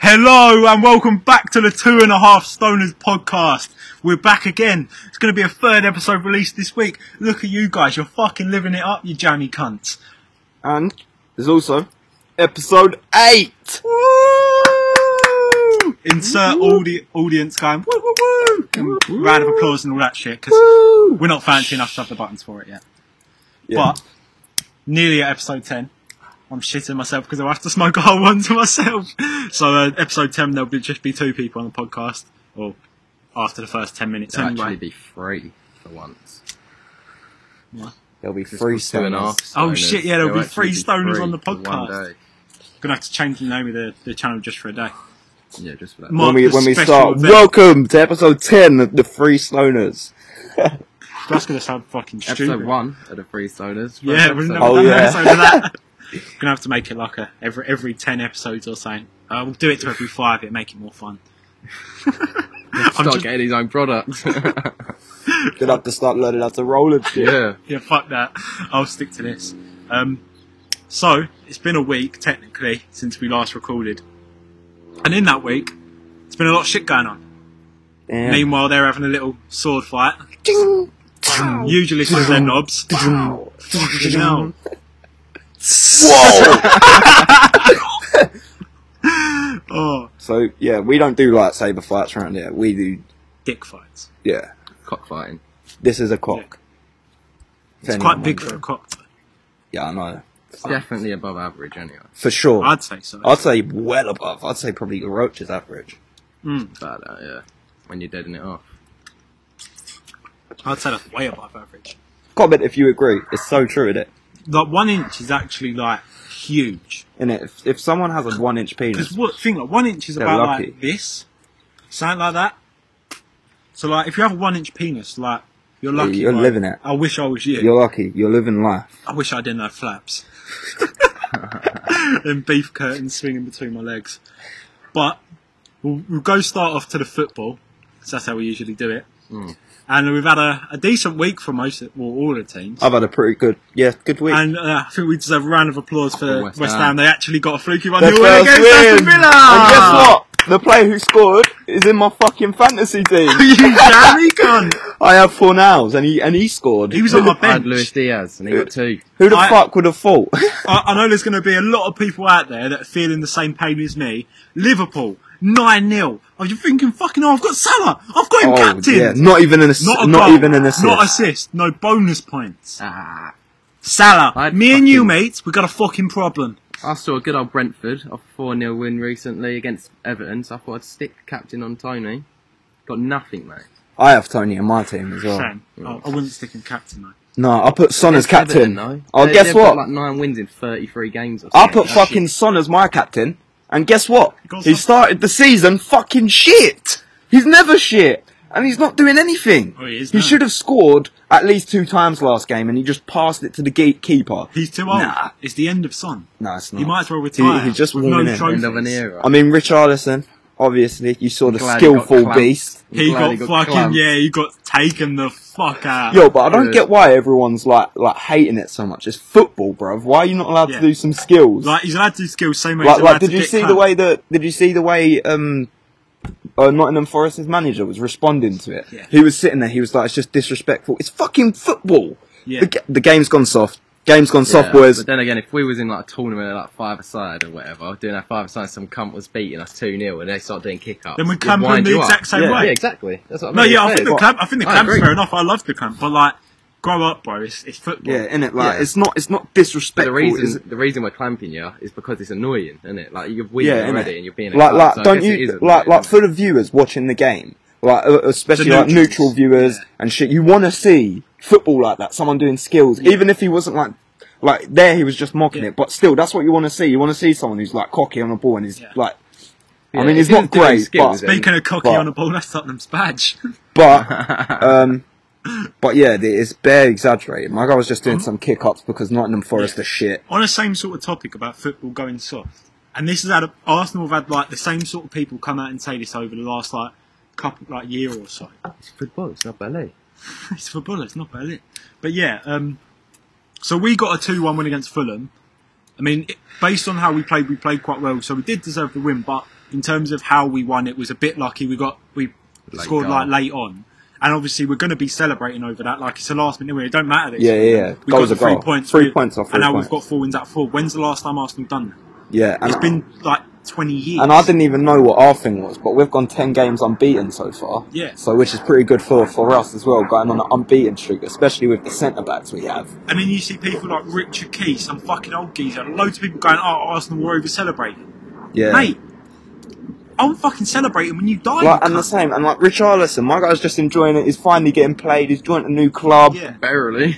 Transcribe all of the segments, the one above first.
Hello and welcome back to the Two and a Half Stoners podcast. We're back again. It's going to be a third episode released this week. Look at you guys, you're fucking living it up, you jammy cunts. And there's also episode eight. Woo! Insert all the audience going woo woo woo, and round of applause and all that shit because Woo! we're not fancy enough to have the buttons for it yet. Yeah. But nearly at episode 10. I'm shitting myself because I'll have to smoke a whole one to myself. So uh, episode 10, there'll be, just be two people on the podcast. Or after the first 10 minutes It'll anyway. actually be free for once. there'll be It's three called Two and a Half stoners. Oh, Stoners. shit, yeah, there'll be actually three stoners free on the for one podcast. day. Gonna have to change the name of the, the channel just for a day. Yeah, just for that. Mark When we the when we special start, event. welcome to episode ten, of the three stoners. That's gonna sound fucking stupid. episode one of the free stoners. Yeah, we've never Oh, done yeah. an episode of that. gonna have to make it like a, every, every 10 episodes or something. Uh, we'll do it to every five, it'll make it more fun. I'm Start just- getting his own products. Good luck to start learning how to roll and shit. yeah. yeah, fuck that. I'll stick to this. Um, so it's been a week technically since we last recorded, and in that week, it's been a lot of shit going on. Yeah. Meanwhile, they're having a little sword fight. Um, Ding. Usually, for their knobs. Fucking hell. Whoa! Oh, so yeah, we don't do lightsaber fights around here. We do dick fights. yeah. Cockfighting. This is a cock. It's If anyone quite big wonders. for a cock. Yeah, I know. It's definitely above average anyway. For sure. I'd, I'd say so. say well above. I'd say probably the roach is average. But, uh, yeah. When you're deading it off. I'd say that's way above average. Comment if you agree. It's so true, isn't it? Like one inch is actually like huge. And if, if someone has a one inch Because penis, what thing like one inch is They're about lucky. like this, something like that. So like if you have a one inch penis, like you're lucky. you're like, living it. I wish I was you. you're lucky. You're living life. I wish I didn't have flaps. and beef curtains swinging between my legs. But we'll, we'll go start off to the football, 'cause that's how we usually do it. Mm. And we've had a, a decent week for most, of, well, all the teams. I've had a pretty good, yeah, good week. And uh, I think we deserve a round of applause for West, West Ham. Ham. They actually got a fluky one Their nil win first against Aston win. Villa. And guess what? The player who scored is in my fucking fantasy team. you jammy cunt! I have four nows, and he and he scored. He was on my I had bench. Luis Diaz and he got two. Who the I- fuck would have thought? I, I know there's going to be a lot of people out there that are feeling the same pain as me. Liverpool, 9 0. Are you thinking, fucking hell, I've got Salah! I've got him captain! Oh, yeah, not even an ass- Not not, a goal, even an assist. Not assist, no bonus points. Ah. Salah, I'd me and you, fucking- mates, we got a fucking problem. I saw a good old Brentford, a 4 0 win recently against Everton, so I thought I'd stick captain on Tony. Got nothing, mate. I have Tony in my team as well. Shame. Oh, I, I wouldn't stick in captain, though. No, I put Son as It's captain. Everton, though. Oh, They- guess they've what? Got like nine wins in 33 games or I something. put fucking Son as my captain, and guess what? Got He some- started the season fucking shit. He's never shit, and he's not doing anything. Oh, he is he now. should have scored at least two times last game, and he just passed it to the gatekeeper. He's too old. Nah. It's the end of Son. No, it's not. He might as well He- retire. he's just with warming no in. trophies. End of an era. I mean, Richarlison. Obviously, you saw the Glad he got skillful clamped. beast. He Glad got, he got fucking, clamped. yeah, he got taken the fuck out. Yo, but I don't Yeah. get why everyone's like like hating it so much. It's football, bruv. Why are you not allowed Yeah. to do some skills? Like, he's allowed to do skills so much. like, like, did you see the way that did you see the way um uh, Nottingham Forest's manager was responding to it? Yeah. He was sitting there. He was like, "It's just disrespectful. It's fucking football. Yeah. The, ga- the game's gone soft. Game's gone Yeah, soft, boys. But then again, if we was in like a tournament, like five aside or whatever, doing our five aside, some cunt was beating us two 0 and they start doing kick ups. Then we clamp them the exact same yeah, way. Yeah, exactly. That's what I No, mean. yeah, I think the What? clamp, I think the I clamp's agree. fair enough. I love the clamp, but like, grow up, bro. It's, it's football. Yeah, in it like Yeah. it's not it's not But disrespectful. the reason is it? the reason we're clamping you is because it's annoying, isn't it? Like you're winning Yeah, already innit? and you're being a like cunt, like so I don't guess it is you annoying, like like isn't it? for the viewers watching the game, like uh, especially The like neutrals. neutral viewers Yeah. and shit. You want to see football like that. Someone doing skills, even if he wasn't like. Like there, he was just mocking Yeah. it, but still, that's what you want to see. You want to see someone who's like cocky on the ball and is Yeah. like, Yeah, I mean, if he's he not was doing great, skills, but- then- Speaking of cocky But- on the ball, that's Tottenham's badge. but, um, but yeah, the- it's bare exaggerated. My guy was just doing some kick ups because Nottingham Forest Yeah. are shit. on the same sort of topic about football going soft, and this has had Arsenal have had like the same sort of people come out and say this over the last like couple like year or so. it's football, it's not ballet. it's football, it's not about it. But yeah, um, so we got a two-one win against Fulham. I mean, it, based on how we played, we played quite well, so we did deserve the win. But in terms of how we won, it was a bit lucky. We got we Late scored goal. like late on, and obviously we're going to be celebrating over that. Like it's the last minute. anyway, It don't matter. that it's- Yeah, yeah, yeah. We got Goal's a the three goal. points. Three we- points off three and now points. we've got four wins out of four. When's the last time Arsenal done that? Yeah, and It's been like twenty years. and I didn't even know what our thing was, but we've gone ten games unbeaten so far. Yeah. So which is pretty good for for us as well, going on an unbeaten streak, especially with the centre backs we have. And then you see people like Richard Key, some fucking old geezer, and loads of people going, "Oh, Arsenal were over celebrating." Yeah. Mate, I'm fucking celebrating when you die. Like, you and the cunt. same, and like Richarlison, my guy's just enjoying it. He's finally getting played. He's joined a new club. yeah. Barely,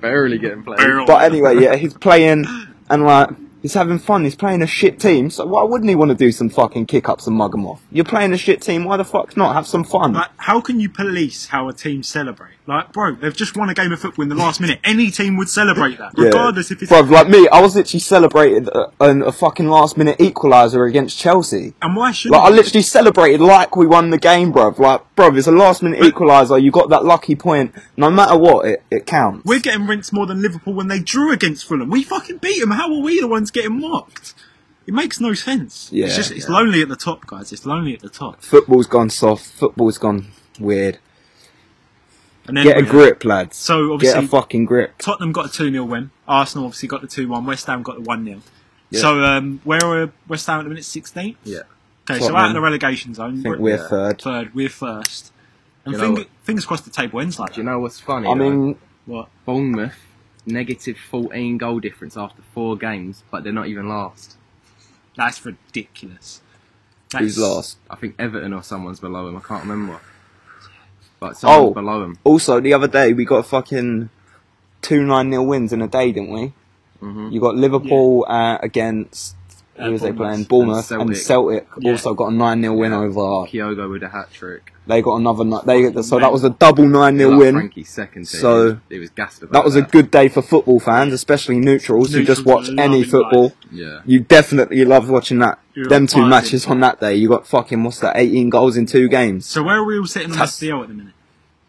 barely getting played. Barely. But um, anyway, yeah, he's playing and like he's having fun. He's playing a shit team, so why wouldn't he want to do some fucking kick ups and mug them off? You're playing a shit team. Why the fuck not? Have some fun. Like, how can you police how a team celebrate? Like, bro, they've just won a game of football in the last minute. Any team would celebrate that, regardless if it's. Bruv, like me, I was literally celebrated a, an- a fucking last minute equaliser against Chelsea. And why should Like I literally celebrated like we won the game, bruv. Like, bruv, it's a last minute equaliser. You got that lucky point. No matter what, it, it counts. we're getting rinsed more than Liverpool when they drew against Fulham? We fucking beat them. How are we the ones getting mocked? It makes no sense. Yeah, it's just it's yeah. lonely at the top, guys. It's lonely at the top. Football's gone soft. Football's gone weird. And then Get a we- grip, lads. So, get a obviously- fucking grip. Tottenham got a 2 0 win. Arsenal obviously got the 2 1. West Ham got the 1 0. Yeah. So, um, where are West Ham at the minute? 16th? Yeah. Okay, so Tottenham. out of the relegation zone. I think we're we're yeah. third. third. We're first. And You know fing- what? fingers crossed the table ends like Do you that. know what's funny? I though? mean, What? Bournemouth negative 14 goal difference after four games, but they're not even last. That's ridiculous. That's, who's last? I think Everton or someone's below him. I can't remember. But someone's Oh. below him. Also, the other day we got fucking two nine 0 wins in a day, didn't we? Mhm. You got Liverpool uh, against Uh, who was they Bournemouth. playing? Bournemouth And and, Celtic Yeah. also got a nine 0 win Yeah. over. Kyogo with a hat trick. They got another. ni- They got- so that was a double nine 0 Like win. Frankie's second. team. So- he was, he was gassed about That was a good day for football fans, especially neutrals, who just Neutrals watch any loving football. life. Yeah. You definitely love watching that. You're Them two vibing. matches on that day. You got fucking what's that? Eighteen goals in two games. So, where are we all sitting on the That's- SDL at the minute?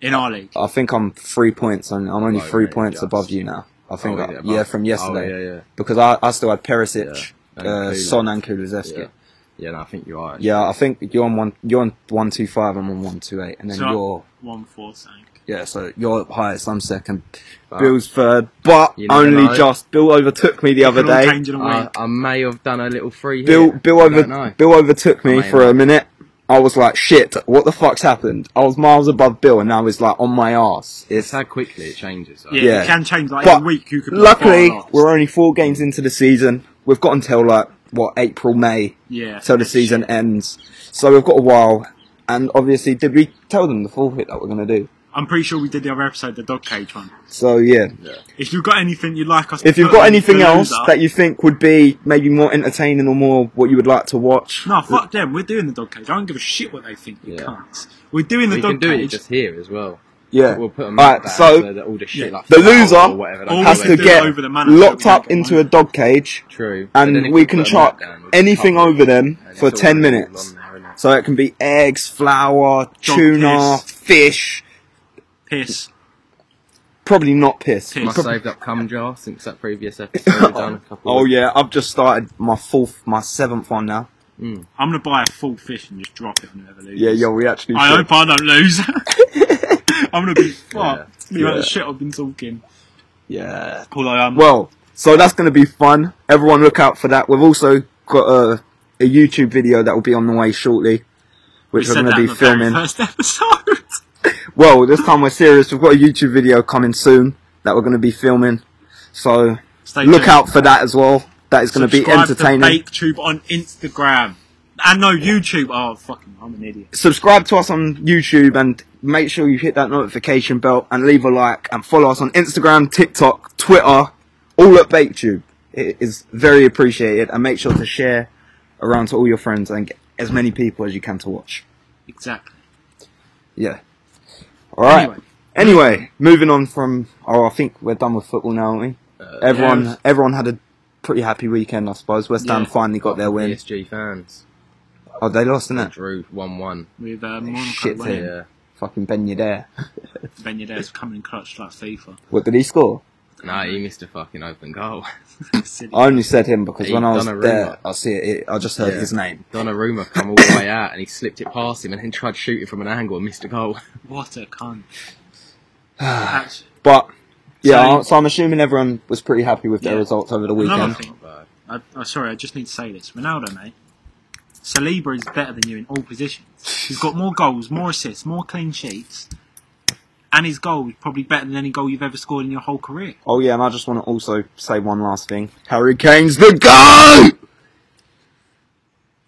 In our league. I think I'm three points. and I'm only Right, three Oh, mate, points just. above you now. I think. Oh, I- is it yeah, above? from yesterday. Oh, yeah, yeah. Because I, I still had Perisic, Yeah, and uh, Kulusevski. Son, and Kulusevski. Yeah. Yeah. Yeah, no, I think you are. I think you're on one. You're on one two five. I'm on one two eight, and then So, you're one four sank. yeah. So you're up highest. I'm second. But Bill's third, but You never only know. just. Bill overtook me the other Could all day. Uh, change in a I, week. I may have done a little free here. Bill Bill I over don't know. Bill overtook me I for a minute. I was like, shit, what the fuck's happened? I was miles above Bill, and now he's like on my ass. It's how quickly it changes. though. yeah, yeah. it can change like "Oh, But in a week. You could be Luckily, far last. we're only four games into the season. We've got until like what April, May, yeah. till the season ends. So we've got a while. And obviously, did we tell them the forfeit that we're going to do? I'm pretty sure we did the other episode, the dog cage one. So yeah, If you've got anything you'd like us to if you've put got on anything the else loser- that you think would be maybe more entertaining or more what you would like to watch, No, fuck them. We're doing the dog cage. I don't give a shit what they think. You Yeah. cunts. We're doing the We can dog do it cage. just here as well. yeah. We'll put a map Alright, down so so, that all the shit yeah. like The flour loser or whatever, like, always has we to do get over the manager, we locked don't up get into one. a dog cage. True. But then if and we we can put a chuck map down, we can anything cover it. over them And it's for all 10 labelled minutes. on there, innit? So it can be eggs, flour, tuna, piss. fish, Piss. probably not piss. Piss. My Prob- saved up cum jar since that previous episode. We've done a couple. Oh of- yeah, I've just started my fourth, my seventh one now. I'm gonna buy a full fish and just drop it and whoever loses. we actually. I hope I don't lose. I'm gonna be fucked. The amount of Yeah. shit I've been talking. um, Yeah. Although I'm Well, so that's going to be fun. Everyone, look out for that. We've also got a, a YouTube video that will be on the way shortly, which we we are said going that to in be the filming. very first episode. Well, this time we're serious. We've got a YouTube video coming soon that we're going to be filming. So Stay look tuned. out for that as well. That is going to be Subscribe To entertaining. Bake Tube on Instagram. And no YouTube. Oh fucking, I'm an idiot. Subscribe to us on YouTube and make sure you hit that notification bell and leave a like and follow us on Instagram, TikTok, Twitter, all at BakeTube. It is very appreciated and make sure to share around to all your friends and get as many people as you can to watch. Exactly. Yeah. All right. Anyway. Anyway, moving on from. Oh, I think we're done with football now, aren't we? uh, everyone, yeah. everyone had a pretty happy weekend, I suppose. West Ham Yeah. finally got their win. PSG fans Oh, they lost, didn't it? drew one-one. With uh, Monaco shit winning, team. Yeah. Fucking Ben Yedder. Ben Yedder's coming in clutch like FIFA. What did he score? Nah, he missed a fucking open goal. Silly. I only said him because Hey, when I was Donnarumma. there, I see it, it. I just heard Yeah. his name. Donnarumma come all the way out and he slipped it past him and then tried shooting from an angle and missed a goal. What a cunt. Actually, But yeah, So- I- so, I'm assuming everyone was pretty happy with their Yeah. results over the Another weekend. thing- I, I, sorry, I just need to say this. Ronaldo, mate. Saliba is better than you in all positions. He's got more goals, more assists, more clean sheets, and his goal is probably better than any goal you've ever scored in your whole career. Oh yeah, and I just want to also say one last thing. Harry Kane's the GOAT!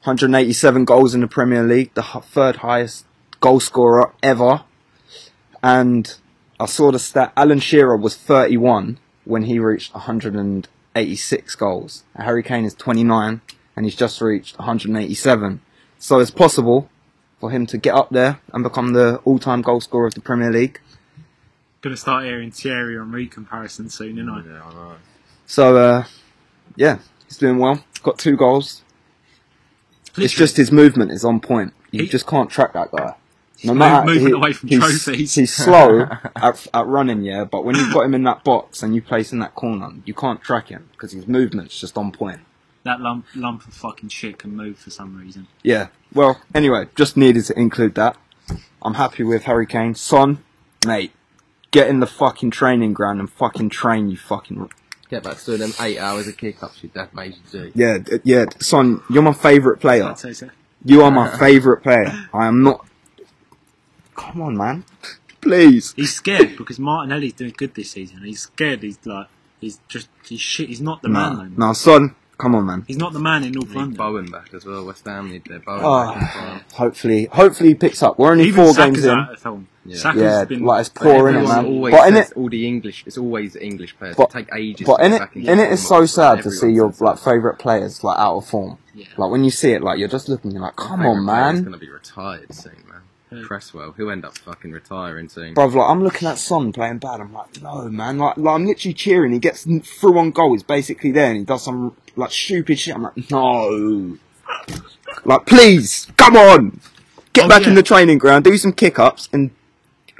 187 goals in the Premier League, the h- third highest goal scorer ever. And I saw the stat, Alan Shearer was 31 when he reached 186 goals. Harry Kane is 29 and he's just reached 187. So it's possible for him to get up there and become the all-time goal scorer of the Premier League. Gonna start hearing Thierry Henry comparison soon, isn't I? So, uh, yeah, he's doing well. Got two goals. It's Literally. just his movement is on point. You He- just can't track that guy. No Move- moving away from he's, trophies. He's slow at, at running, yeah, but when you've got him in that box and you place in that corner, you can't track him because his movement's just on point. that lump lump of fucking shit can move for some reason. Yeah. Well, anyway, just needed to include that. I'm happy with Harry Kane. Son, mate, get in the fucking training ground and fucking train, you fucking Get back to them eight hours of kick ups your dad made you do. yeah, d- yeah. Son, you're my favourite player. I'd say so. You are my favourite player. I am not. Come on, man. Please. He's scared because Martinelli's doing good this season. He's scared. He's like he's just he's shit. He's not the man. No, though, man. no, son. Come on, man. He's not the man in North Need London. Bowen back as well. West Ham need their Bowen back. as Oh, well. hopefully, hopefully he picks up. We're only Even four Saka's games in. out of form. Yeah. Saka's Yeah, been like it's poor in it, Everyone man. Always But in says it, all the English. It's always the English players. But- They take ages. but to in get it, back in it get is form so up. sad to Everyone see your says like that. favourite players like out of form. Yeah. Like when you see it, like you're just looking, you're like, come Favourite on, player's man. gonna be retired soon, man. Who? Cresswell, who end up fucking retiring soon. Bruv, like I'm looking at Son playing bad. I'm like, no, man. Like, like I'm literally cheering. He gets n- through on goal. He's basically there, and he does some like stupid shit. I'm like, no. Like, please, come on, get Oh, back yeah. in the training ground, do some kick ups, and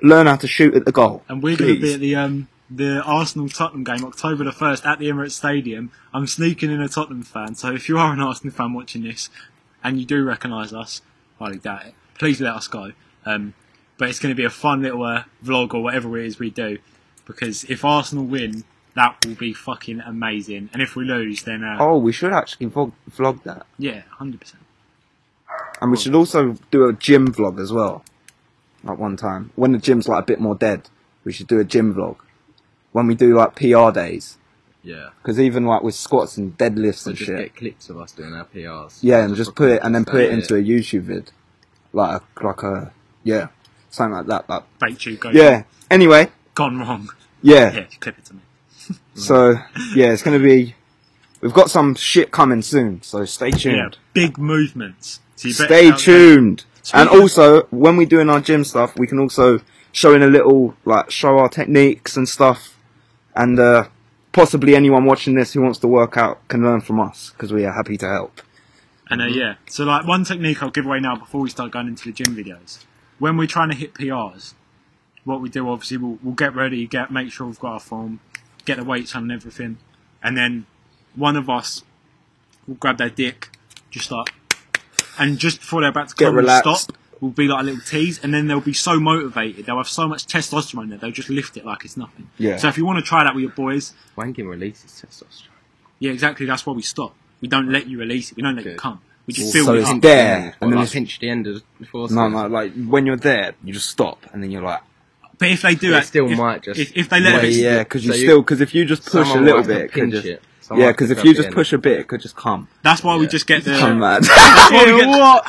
learn how to shoot at the goal. And we're going to Please. be at the um, the Arsenal Tottenham game October the first at the Emirates Stadium. I'm sneaking in a Tottenham fan, so if you are an Arsenal fan watching this, and you do recognise us, highly doubt it. Please let us go. Um, but it's going to be a fun little uh, vlog or whatever it is we do, because if Arsenal win, that will be fucking amazing. And if we lose, then uh, Oh, we should actually vlog, vlog that, yeah, hundred percent. and we should also do a gym vlog as well. Like one time when the gym's like a bit more dead, we should do a gym vlog. When we do like PR days, Yeah. because even like with squats and deadlifts So and just shit. get clips of us doing our PRs. Yeah, and just put it and then put it Yeah. into a YouTube vid, like a, like a yeah, something like that. Like Bait you go yeah. Anyway, gone wrong. yeah. Yeah, clip it to me. So yeah, it's gonna be. We've got some shit coming soon, so stay Yeah, tuned. big movements. So you better Stay get out there. tuned. Speaking- And also, when we're doing our gym stuff, we can also show in a little like show our techniques and stuff, and uh, possibly anyone watching this who wants to work out can learn from us because we are happy to help. And uh, yeah, so like one technique I'll give away now before we start going into the gym videos. When we're trying to hit PRs, what we do obviously we'll, we'll get ready, get make sure we've got our form, get the weights on and everything, and then one of us will grab their dick, just like, and just before they're about to Get come and relaxed. stop, will be like a little tease, and then they'll be so motivated, they'll have so much testosterone that they'll just lift it like it's nothing. Yeah. So if you want to try that with your boys, Wanking releases testosterone. yeah, exactly. That's why we stop. We don't let you release it. We don't let you Good. come. We just So build it it's up. there, and then and then like it's- pinch the end of the force. No, no, like when you're there, you just stop, and then you're like, But if they do, They it, still if, might just if, if they let yeah, it, wait. yeah, because you So you- still because if you just push a Someone little will have to bit, it could pinch just, it. Someone yeah, has to because if grab you the just end. push a bit, it could just come. that's why we Yeah. just get the. Come, man. why we get- what?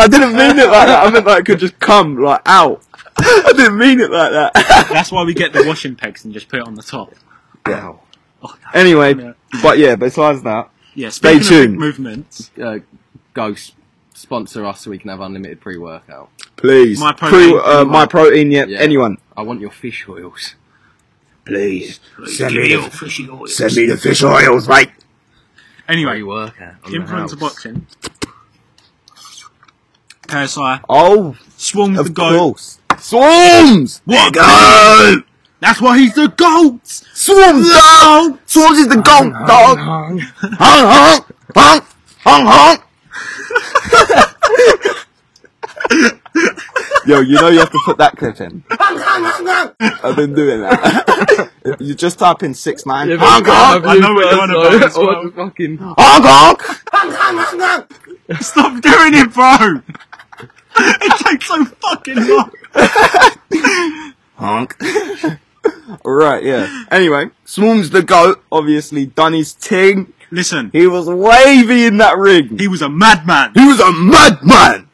I didn't mean it like that. I meant like it could just come like out. I didn't mean it like that. That's why we get the washing pegs and just put it on the top. yeah. Oh, no. Anyway, Yeah. but yeah, besides that, Yeah, Stay speaking of big tuned. movements, uh, Ghost sponsor us so we can have unlimited pre-workout. please, My protein, Pre- uh, anyone. my protein, yeah, Yeah. anyone, I want your fish oils. please, give me your fishy oil. send me the fish oils, mate. Anyway, Pre-workout. on the house. influencer boxing. KSI, Oh, Swarm's the of goat. course, Oh, swarms. What? Go! That's why he's the GOAT! Swarm dog! Swarms is the goat dog! Hung hung! Hung hung hung! Yo, you know you have to put that clip in. I've been doing that. you just type in 6 9 Yeah, Hong Kong! but- I know what you're on about Or- as well. or the fucking- Hong Kong! Stop doing it, bro! it takes so fucking long! Honk. Alright, yeah. Anyway, Swarm's the goat, obviously done his ting. Listen, He was wavy in that ring. he was a madman. He was a madman!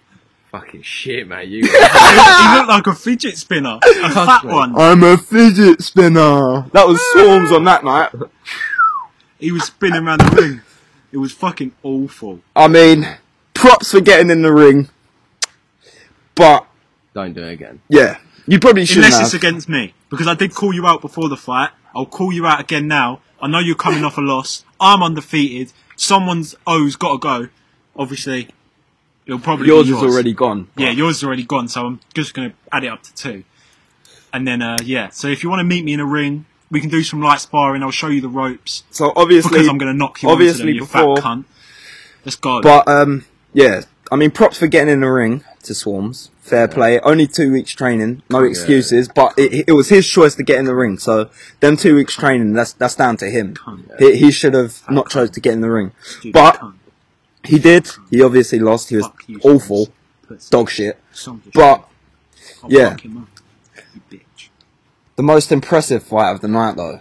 Fucking shit, mate. You. He looked like a fidget spinner. A fat one. I'm a fidget spinner. That was Swarms on that night. He was spinning around the ring. It was fucking awful. I mean, props for getting in the ring. But, Don't do it again. yeah. You probably shouldn't Unless it's have. against me. Because I did call you out before the fight. I'll call you out again now. I know you're coming off a loss. I'm undefeated. Someone's O's gotta go. Obviously, it'll probably be Yours is yours already gone. Yeah, yours is already gone, so I'm just going to add it up to two. And then, uh, yeah, so if you want to meet me in a ring, we can do some light sparring. I'll show you the ropes So obviously, because I'm going to knock you obviously onto them, before- you fat cunt. Let's go. But um, yeah, I mean, props for getting in the ring to Swarms. Fair play. Only two weeks training, no excuses. But it, it was his choice to get in the ring. So them two weeks training, that's that's down to him. He, he should have not chose to get in the ring, Stupid but cunt. he did. He obviously lost. He was Fuck you, awful, Swarms. dog shit. Some just- But I'll yeah. fuck him up, you bitch. the most impressive fight of the night, though,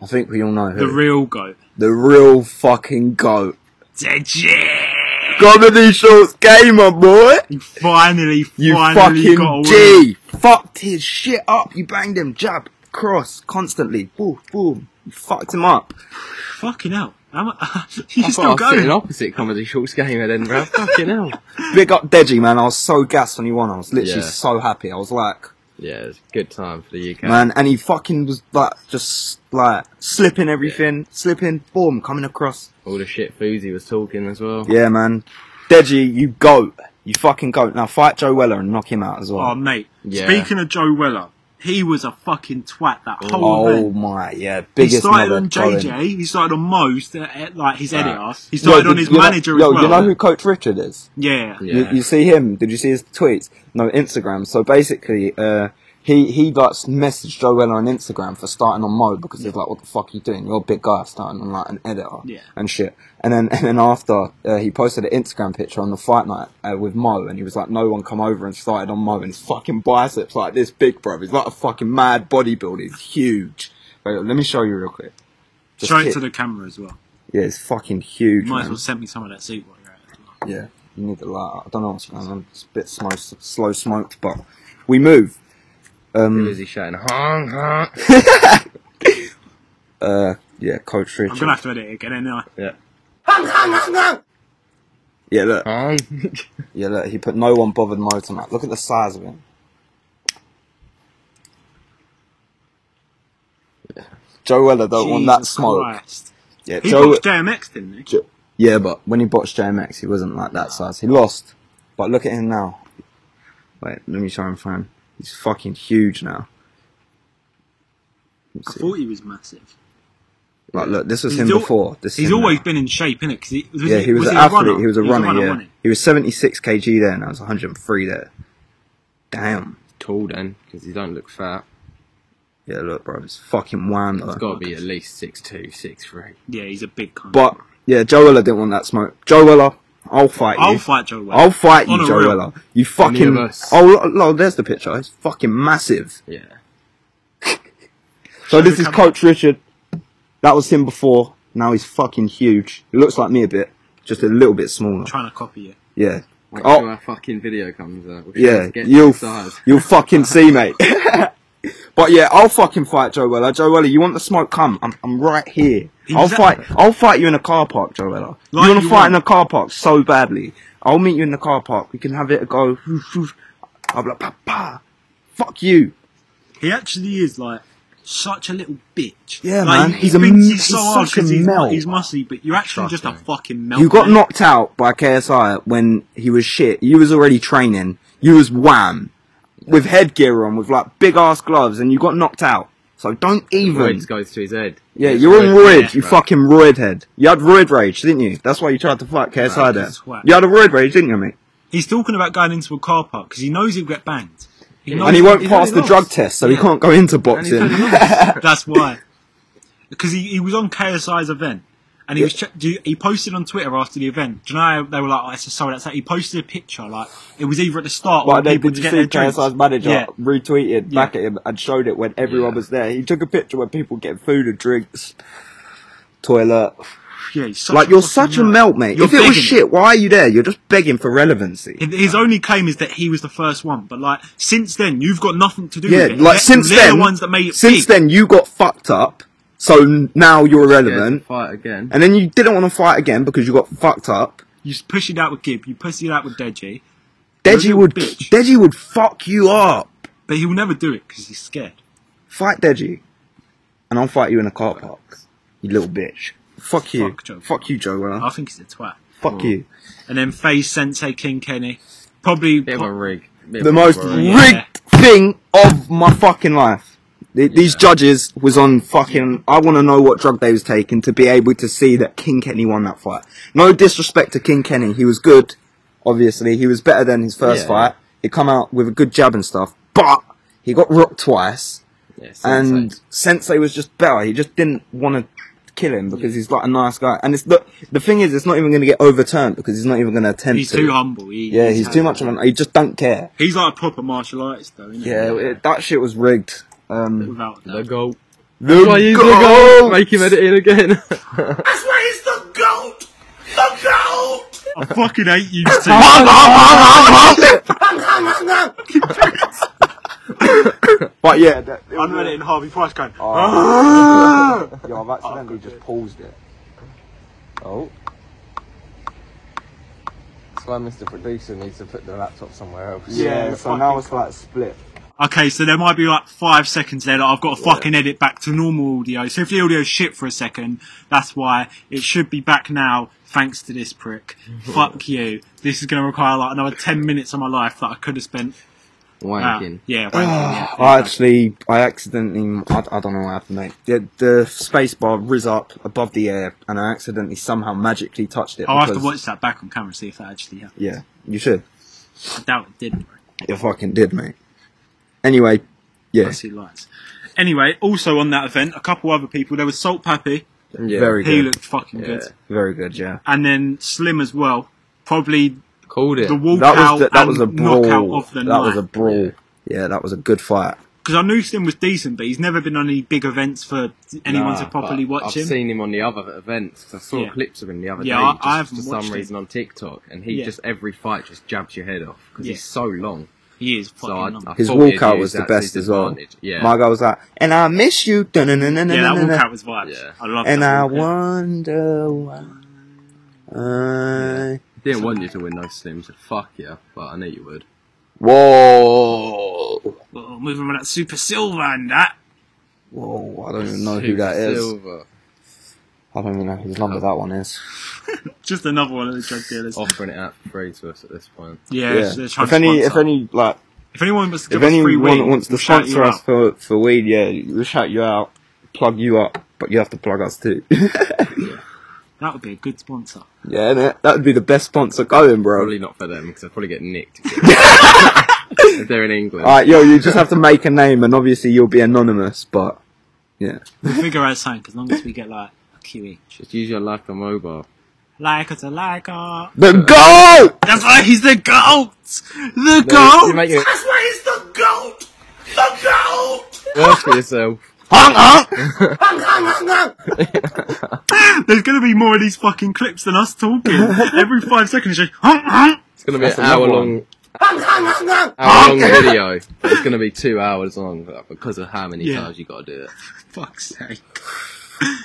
I think we all know who The real goat. the real fucking goat. Deji! Comedy shorts gamer boy. You finally, You finally got a fucking win. G. Fucked his shit up. You banged him, jab, cross, constantly. Boom, boom. You fucked him up. Fucking hell. How mu- you I still thought I was sitting going. opposite comedy shorts gamer then, bro. Fucking hell. Big up Deji, man. I was so gassed when he won. I was literally Yeah. so happy. I was like, Yeah, it's a good time for the UK. man, and he fucking was like, just like slipping everything, slipping, boom, coming across. All the shit Fousey was talking as well. Yeah, man. Deji, you goat. You fucking goat. Now fight Joe Weller and knock him out as Oh, well. mate. Yeah. Speaking of Joe Weller, he was a fucking twat that whole event. oh my, yeah, He biggest started mother on going. JJ. He started on Mo's, uh, uh, like his editor. Facts. He started Yo, on did- his you know- manager yo, as well. you know who Coach Richard is? Yeah. Yeah. You, you see him? Did you see his tweets? No, Instagram. So basically, uh, he he like messaged Joe Weller on Instagram for starting on Mo because he's like, "What the fuck are you doing? You're a big guy starting on like an editor Yeah. and shit." And then and then after uh, he posted an Instagram picture on the fight night uh, with Mo, and he was like, "No one come over and started on Mo." And his fucking biceps like this big, bro. He's like a fucking mad bodybuilder. He's huge. Wait, let me show you real quick. Just Show hit- it to the camera as well. Yeah, it's fucking huge. You might man. as well send me some of that soup while you're at it. as well. Yeah, you need the light. up. I don't know what's going on. It's a bit slow, slow smoked, but we move. um, Who is he shouting? Hong, hong. Uh, yeah, Coach I'm Richard. gonna have to edit it again anyway. Yeah. Yeah, look. Hong. Yeah, look. He put no one bothered Mo tonight. Look at the size of him. Joe Weller don't want that Jesus smoke. Christ. Yeah, He Joe. boxed JMX, didn't he? Jo- yeah, but when he boxed JMX, he wasn't like that size. He lost. But look at him now. Wait, let me show him for him. He's fucking huge now. Let me I see. thought he was massive. Like, look, this was He's him al- before. This is He's him always now. been in shape, innit? 'Cause he, was Yeah, he, he was, he an a athlete. runner? He was a runner. yeah, wasn't he? he was 76 kg there, and I was 103 there. Damn. Tall then, because he don't look fat. Yeah, look, bro, it's fucking wham though. It's got to be at least 6'2", 6'3". Yeah, he's a big cunt. But yeah, Joe Weller didn't want that smoke. Joe Weller, I'll fight you. I'll fight Joe Weller. I'll fight you, On a Joe reel. Weller. You Any fucking. of us. Oh, look, look, there's the picture. It's fucking massive. Yeah. So this the is camera. Coach Richard. That was him before. Now he's fucking huge. He looks like me a bit, just a little bit smaller. trying to copy you. Yeah. Wait Oh. till our fucking video comes out. We'll Yeah, just get you'll the size. you'll fucking see, mate. but yeah, I'll fucking fight Joe Weller. Joe Weller, you want the smoke? Come, I'm I'm right here. He I'll was at- fight. I'll fight you in a car park, Joe Weller. Like you want to you fight in want. a car park so badly? I'll meet you in the car park. We can have it a go. I'll be like, pa pa. Fuck you. He actually is like such a little bitch. Yeah, like, man, He he's a thinks m- he's so he's hard such a because he's, melt. he's muscly, but you're actually just Trust a me. fucking melt. You got man. knocked out by KSI when he was shit. You was already training. You was wham. With headgear on, with like big ass gloves, and you got knocked out. So don't even. Roids goes to his head. Yeah, you're on Roid, roid, yeah, you right. fucking roid head. You had roid rage, didn't you? That's why you tried to fight KSI Right, there. swat. You had a roid rage, didn't you, mate? He's talking about going into a car park because he knows he'll get banned. He knows And he won't he's pass already the lost. drug test, so he can't go into boxing. And he's only lost. That's why. Because he, he was on KSI's event. And he was che- do you- he posted on Twitter after the event. Do you know how they were like, oh, it's a sold out. set?" He posted a picture, like, it was either at the start or But then people did to you get see their drinks. KSI's manager Yeah. retweeted Yeah. back at him and showed it when everyone Yeah. was there? He took a picture when people get food and drinks, toilet. yeah he's such Like, a you're fucking such a melt, mate. You're if it was begging shit, why are you there? You're just begging for relevancy. His- His only claim is that he was the first one, but like since then, you've got nothing to do yeah, with it. like They're- since they're then, the ones that made it big. since then you got fucked up, so n- now you're Yeah, irrelevant. fight again. And then you didn't want to fight again because you got fucked up. You push it out with Gib, you push it out with Deji, Deji little would, bitch. Deji would fuck you up. but he will never do it because he's scared. Fight Deji, and I'll fight you in a car park. You little bitch. Fuck you. Fuck Joe. Fuck you, Joe. Weller. I think he's a twat. Fuck you. And then Faye Sensei King Kenny, probably Bit of a rig. Bit the of a most rig. Yeah. rigged thing of my fucking life. Th- These judges was on fucking. I want to know what drug they was taking to be able to see that King Kenny won that fight. No disrespect to King Kenny, he was good. Obviously, he was better than his first Yeah. fight. He come out with a good jab and stuff, but he got rocked twice, Yeah, sensei. and Sensei was just better. He just didn't want to kill him because he's like a nice guy. And it's the the thing is, it's not even going to get overturned because he's not even going to attempt. he's to. too humble. He, Yeah, he's too much of an. He just don't care. He's like a proper martial artist, though. Isn't Yeah, he? it, that shit was rigged. Um, Oh! without the that. goal. the Why is the goal! goal? Make him edit in again. I fucking hate you two. But yeah, that, it I'm was, read it in Harvey Price going. Oh. "Ah." yo, I've accidentally just paused it. Oh. That's why Mr. Producer needs to put the laptop somewhere else. Yeah, Yeah, so now it's like split. Okay, so there might be like five seconds there that I've got to fucking edit back to normal audio. So if the audio's shit for a second, that's why it should be back now. Thanks to this prick. Fuck you. This is going to require like another ten minutes of my life that I could have spent. uh, Wanking. yeah, wanking, yeah, I actually, I accidentally, I, I don't know what happened, mate. The, the space bar riz up above the air, and I accidentally somehow magically touched it. I'll Oh, have to because- watch that back on camera and see if that actually happened. Yeah, you should. I doubt it did. bro. It fucking did, mate. Anyway, I yeah, see lights. Anyway, also on that event, a couple other people. There was Salt Pappy. Yeah. very He good, looked fucking good. very good, yeah. And then Slim as well. Probably Called it. the walkout That was the, that and was a knockout brawl. of the That night. was a brawl. Yeah, that was a good fight. because I knew Slim was decent, but he's never been on any big events for anyone to Nah, properly Ah, but watch I've him. seen him on the other events 'cause I saw Yeah. clips of him the other Yeah, day. I- just I haven't for watched some him. reason on TikTok, and he Yeah. just every fight just jabs your head off because Yeah. he's so long. He is fucking So I, numb. I His thought he'd walkout use was the that to his best as well. advantage. Yeah, My guy was like, and I miss you. dun- dun- dun- dun- yeah, that dun- dun- walkout was vibes. Yeah. I love And uh, I that. walkout. wonder why. I... didn't want you to win those slims. Said fuck yeah, but I knew you would. Whoa. Well, moving with that Super Silver and that. Whoa, I don't even know who that is. Silver I don't even know whose number that one is. Just another one of the drug dealers. offering it out for free to us at this point. Yeah, Oh, Yeah. so they're trying If to any, sponsor. if any, like, if anyone wants to give if us free anyone weed, wants to we'll shout you sponsor us out. for, for weed, yeah, we'll shout you out, plug you up, but you have to plug us too. that would be a good sponsor. yeah, innit? that would be the best sponsor going, bro. Probably not for them because they'd probably get nicked. if they're in England. Alright, yo, you just have to make a name, and obviously you'll be anonymous, but yeah. We'll figure out something as long as we get like a QE. Just use your like on mobile. Like it's a like a. The goal! That's why he's the goat. The No, you goat. make it- That's why he's the goat. The goat. Work for yourself. There's gonna be more of these fucking clips than us talking. Every five seconds, it's just, "Huh, huh." It's gonna be an another hour long. hour long video. But it's gonna be two hours long but because of how many Yeah. times you gotta do it. fuck's sake.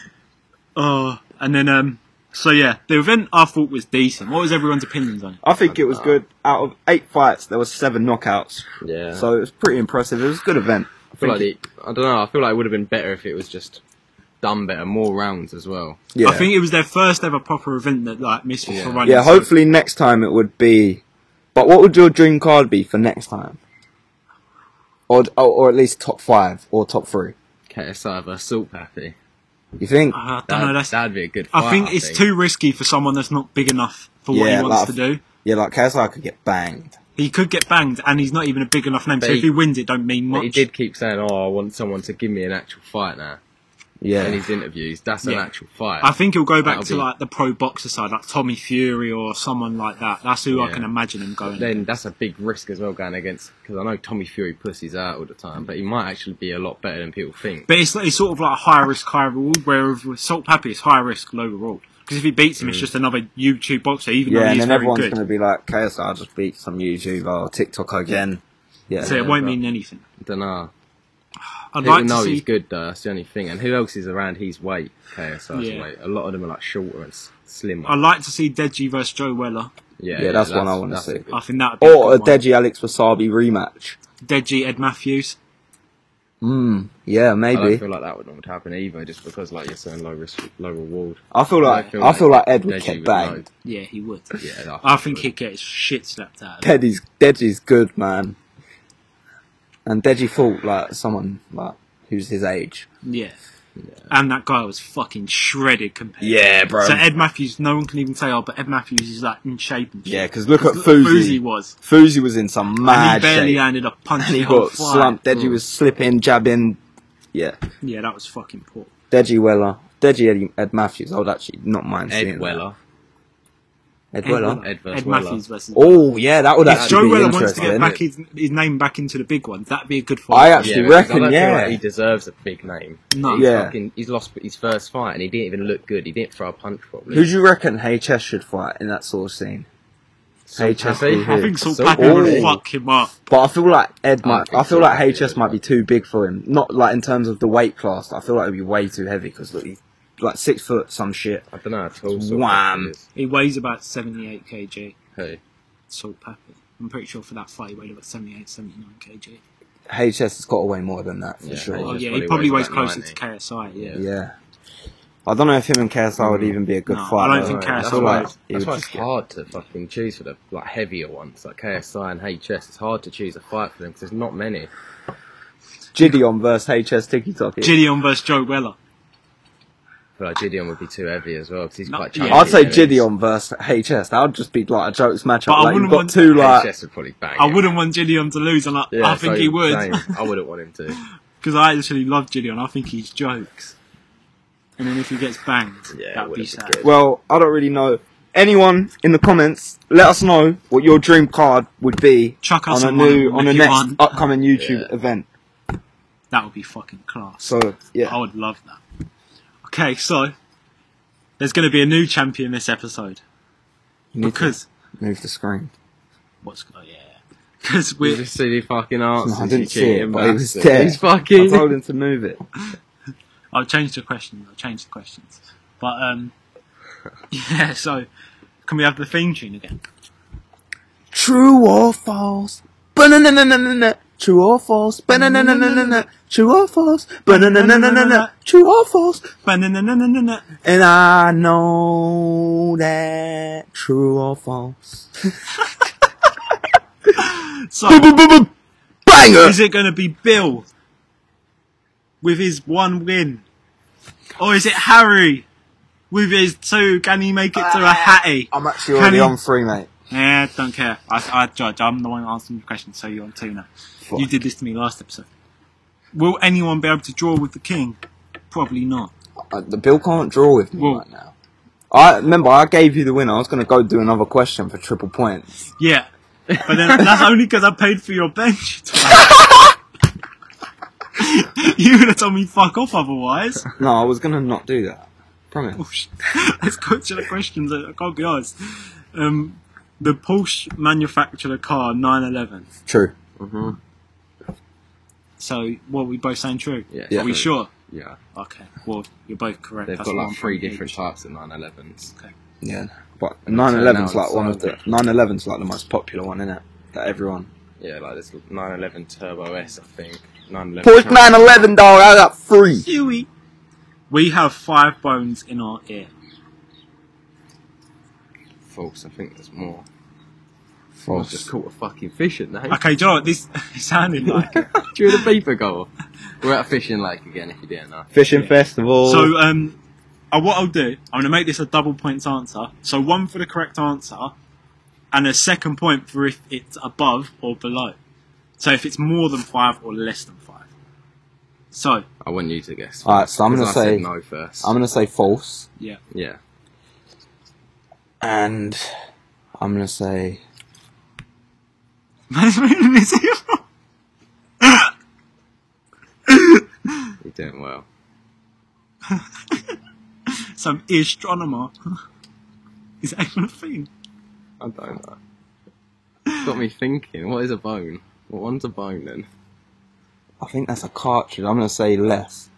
Oh, and then um, so yeah, the event I thought was decent. What was everyone's opinions on it? I think it was good. Out of eight fights, there was seven knockouts, Yeah. so it was pretty impressive. It was a good event. I feel like it, I don't know. I feel like it would have been better if it was just done better, more rounds as well. Yeah, I think it was their first ever proper event that like Misfits Yeah. were running. yeah. so- Hopefully next time it would be. But what would your dream card be for next time? Or, or, or at least top five or top three. KSI versus Salt Pappy. You think? uh, I don't know. That, That's. that'd be a good fight. I think it's too risky for someone that's not big enough for what Yeah, he wants to like- do. Yeah, like KSI could get banged. He could get banged, and he's not even a big enough name. So But if he- he wins, it don't mean But much. he did keep saying, "Oh, I want someone to give me an actual fight now." In Yeah. his interviews, that's an Yeah. actual fight. I think he'll go back That'll to be- like the pro boxer side, like Tommy Fury or someone like that. That's who I Yeah. can imagine him going. then that's a big risk as well going against because I know Tommy Fury pussies out all the time, but he might actually be a lot better than people think. But it's, it's sort of like a high risk, high reward. Where with Salt Pappy, it's high risk, low reward. Because if he beats Mm. him, it's just another YouTube boxer, even Yeah, though and he's then very everyone's good. going to be like, KSI just beat some YouTuber or TikTok again. Yeah. So it Yeah, won't but- mean anything. I don't know. I'd uh, People like to know see. he's good though. That's the only thing. And who else is around his weight? KSI's Yeah. weight. A lot of them are like shorter and s- slimmer. I'd like to see Deji versus Joe Weller. yeah, Yeah, that's one I wanna that's see. a good- I think that would be Or a a good Deji Alex Wasabi rematch. one. Deji Ed Matthews. Mm. Yeah, I don't maybe. feel like that would not happen either, just because like you're saying low risk, low reward. I feel like I feel like, Ed would Deji get know. banged. Yeah, he would. Yeah, I think he. he'd get his shit slapped out. Of him. Deji's Deji's good man, and Deji fought like someone like who's his age. Yeah. And that guy was fucking shredded compared. to Yeah, bro. So Ed Matthews, no one can even say, oh, but Ed Matthews is like in shape and shit. yeah, because look at Look at Fuzi. Fousey was. Fuzi was in some And he mad barely shape. landed a punch. And he the whole got fight. slumped. Deji was slipping, jabbing. Yeah, Yeah, that was fucking poor. Deji Weller, Deji Ed, Ed Matthews. I would actually not mind seeing Ed that. Weller. Ed Weller. Ed versus Ed Weller. Matthews versus. Oh yeah, that would if actually Joe be Weller wants to interesting. get innit? back his, his name back into the big ones, that'd be a good I fight. actually Yeah, because I reckon, don't feel yeah. like he deserves a big name. No. He's Yeah. fucking- he's lost his first fight and he didn't even look good. He didn't throw a punch properly. Who do you reckon HS should fight in that sort of scene? So HS Pappy? who? I think Salt So- Pappy Ooh. would fuck him up. But I feel like Ed I might. think I feel so, like yeah. HS might be too big for him. Not like in terms of the weight class. I feel like it'd be way too heavy because look, he's like six foot some shit. I don't know. how tall Salt Wham. Pappy is. He weighs about 78 kg, Who? Salt Pappy. I'm pretty sure for that fight he weighed about 78, 79 kg. HS has got to weigh more than that for Yeah, sure. Oh, just yeah, probably he probably weighs weighs about closer 90. to KSI, yeah. Yeah. Yeah. I don't know if him and KSI would even be a good Mm. No, I fight. don't though. think I KSI feel would. like he That's would why it's just get- hard to fucking choose for the like heavier ones, like KSI and HS. It's hard to choose a fight for them because there's not many. Gideon versus HS Tiki Toki. Gideon versus Joe Weller. But like Gideon would be too heavy as well because he's No, quite yeah. chunky. I'd say and he's- Gideon versus HS. That would just be like a jokes matchup. But I like you've wouldn't got want- two like HS would probably bang. I him. wouldn't want Gideon to lose, and I, Yeah, I think so- he would. same. I wouldn't want him to. Because I actually love Gideon. I think he's jokes. And then if he gets banged, Yeah, it that'd wouldn't be be sad. good. Well, I don't really know. Anyone in the comments, let us know what your dream card would be Chuck us on a a one, new we'll on make a you next one. upcoming YouTube Yeah. event. That would be fucking class. So I yeah, would love that. Okay, so there's going to be a new champion this episode need to- because move the screen. what's oh yeah because We we just see the fucking answers. No, I you didn't see cheating it, but it was bastard. there. He's I fucking. told him to move it. I'll change the question. I'll change the questions. But um, yeah. So can we have the theme tune again? True or false? Ba-na-na-na-na-na. True or false? Ba-na-na-na-na-na. True or false? Ba-na-na-na-na-na. True or false? Ba-na-na-na-na-na-na. And I know that true or false. So Banger. is it going to be Bill with his one win, or is it Harry with his two? Can he make it to a Hattie? I'm actually Can already you- on three, mate. Eh, don't care. I, I judge. I'm the one answering the question, so you're on two now. You did this to me last episode. Will anyone be able to draw with the king? Probably not. Uh, the Bill can't draw with me Well- right now. I remember I gave you the win. I was going to go do another question for triple points. Yeah. But then that's only because I paid for your bench. you would have told me fuck off otherwise. No, I was going to not do that. Promise. Oh, sh- Let's go to the questions. I can't be honest. Um, the Porsche manufactured a car 911. True. So, what are we both saying true? Yeah, Are we true. sure? Yeah, Okay. Well, you're both correct. they've That's got one like three point each. different types of 911s. Yeah. But turn 9/11's now like one of the inside. 9/11's like the most popular one, isn't it? That everyone. Yeah, like this 911 Turbo S, I think. 911 Porsche Turbo. 911, dog. I got three. Huey. We have five bones in our ear. False, I think there's more. I False. just caught a fucking fish at night. Okay, do you know what? This sounded like Do you hear the beeper go off? We're at a fishing lake again if you didn't know. Fishing festival. So, um, uh, what I'll do, I'm going to make this a double points answer. So, one for the correct answer, and a second point for if it's above or below. So, if it's more than five or less than five. So, I want you to guess. Alright, so I'm gonna first, 'cause I say- said no first. I'm gonna say false, yeah. Yeah. and I'm gonna say You're doing well. Some astronomer. Is that even a thing? I don't know. It's got me thinking. What is a bone? What one's a bone then? I think that's a cartridge. I'm gonna say less.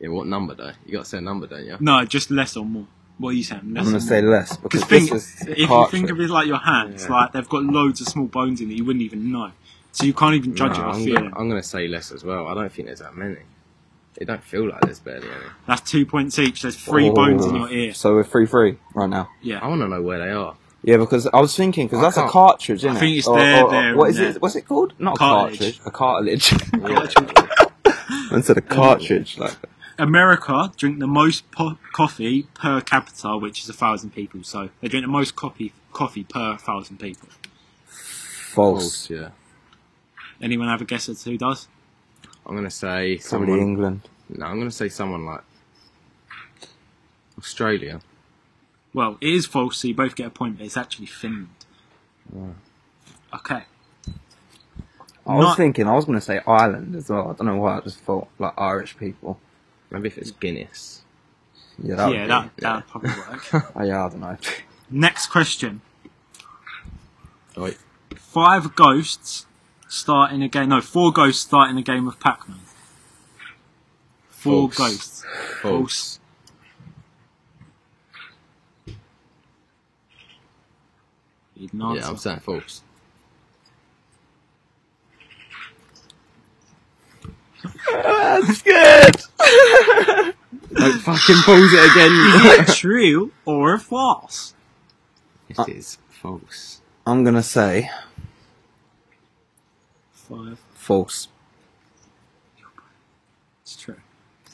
Yeah, what number though? You got to say a number, don't you? No, just less or more. What are you saying? Less I'm gonna or say more? less because Because think, this is a if you cartridge. think of it like your hands, Yeah. like they've got loads of small bones in that you wouldn't even know. So you can't even judge it No, by I'm, feeling. gonna, I'm gonna say less as well. I don't think there's that many. It don't feel like there's barely any. That's two points each. There's Oh. three bones in your ear. So we're three three right now. I Yeah. want to know where they are. Yeah, because I was thinking because I that's a can't- cartridge, isn't I it? think it's there, there, What and is there. it? What's it called? Not Cartilage. a cartilage. A cartilage. Yeah. I said a cartridge. Like America drink the most po- coffee per capita, which is a thousand people. So they drink the most coffee coffee per thousand people. false. yeah. Anyone have a guess as to who does? I'm gonna say Probably someone. England. No, I'm gonna say someone like Australia. Well, it is false, so you both get a point, but it's actually Finland. Okay. I was Not- thinking I was gonna say Ireland as well. I don't know why. I just thought like Irish people. Maybe if it's Guinness. Yeah, that yeah, would that be- that would probably work. Oh, yeah, I don't know. Next question. Right. Five ghosts starting a game. No, four ghosts starting a game of Pac-Man. Four False. ghosts. False. You didn't answer. Yeah, I'm saying false. That's good. Don't fucking pause it again. True or false? it is false. I'm gonna say Five. false. It's true.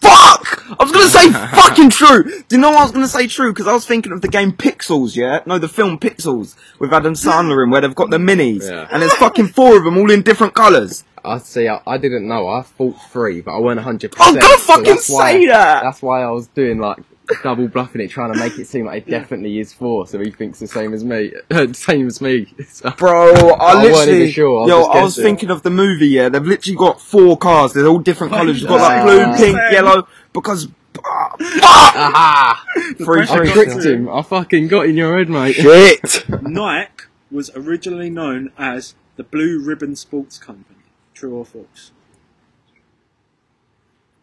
Fuck! I was gonna say fucking true. Do you know what I was gonna say true? Because I was thinking of the game Pixels, yeah? No, the film Pixels with Adam Sandler in where they've got the minis Yeah. and there's fucking four of them all in different colours. I see. I, I didn't know. I thought three, but I weren't hundred Oh, percent. don't fucking say that! That's why I was doing like double bluffing it, trying to make it seem like it definitely is four, so he thinks the same as me. same as me. So- Bro, I, I literally, wasn't even sure, I was yo, just I was guessing. thinking of the movie. Yeah, they've literally got four cars. They're all different colours. You've got like blue, pink, Same. yellow. Because ah, Aha! three, pressure I three, cooker. still. tricked him. I fucking got in your head, mate. Shit. Nike was originally known as the Blue Ribbon Sports Company. True or false?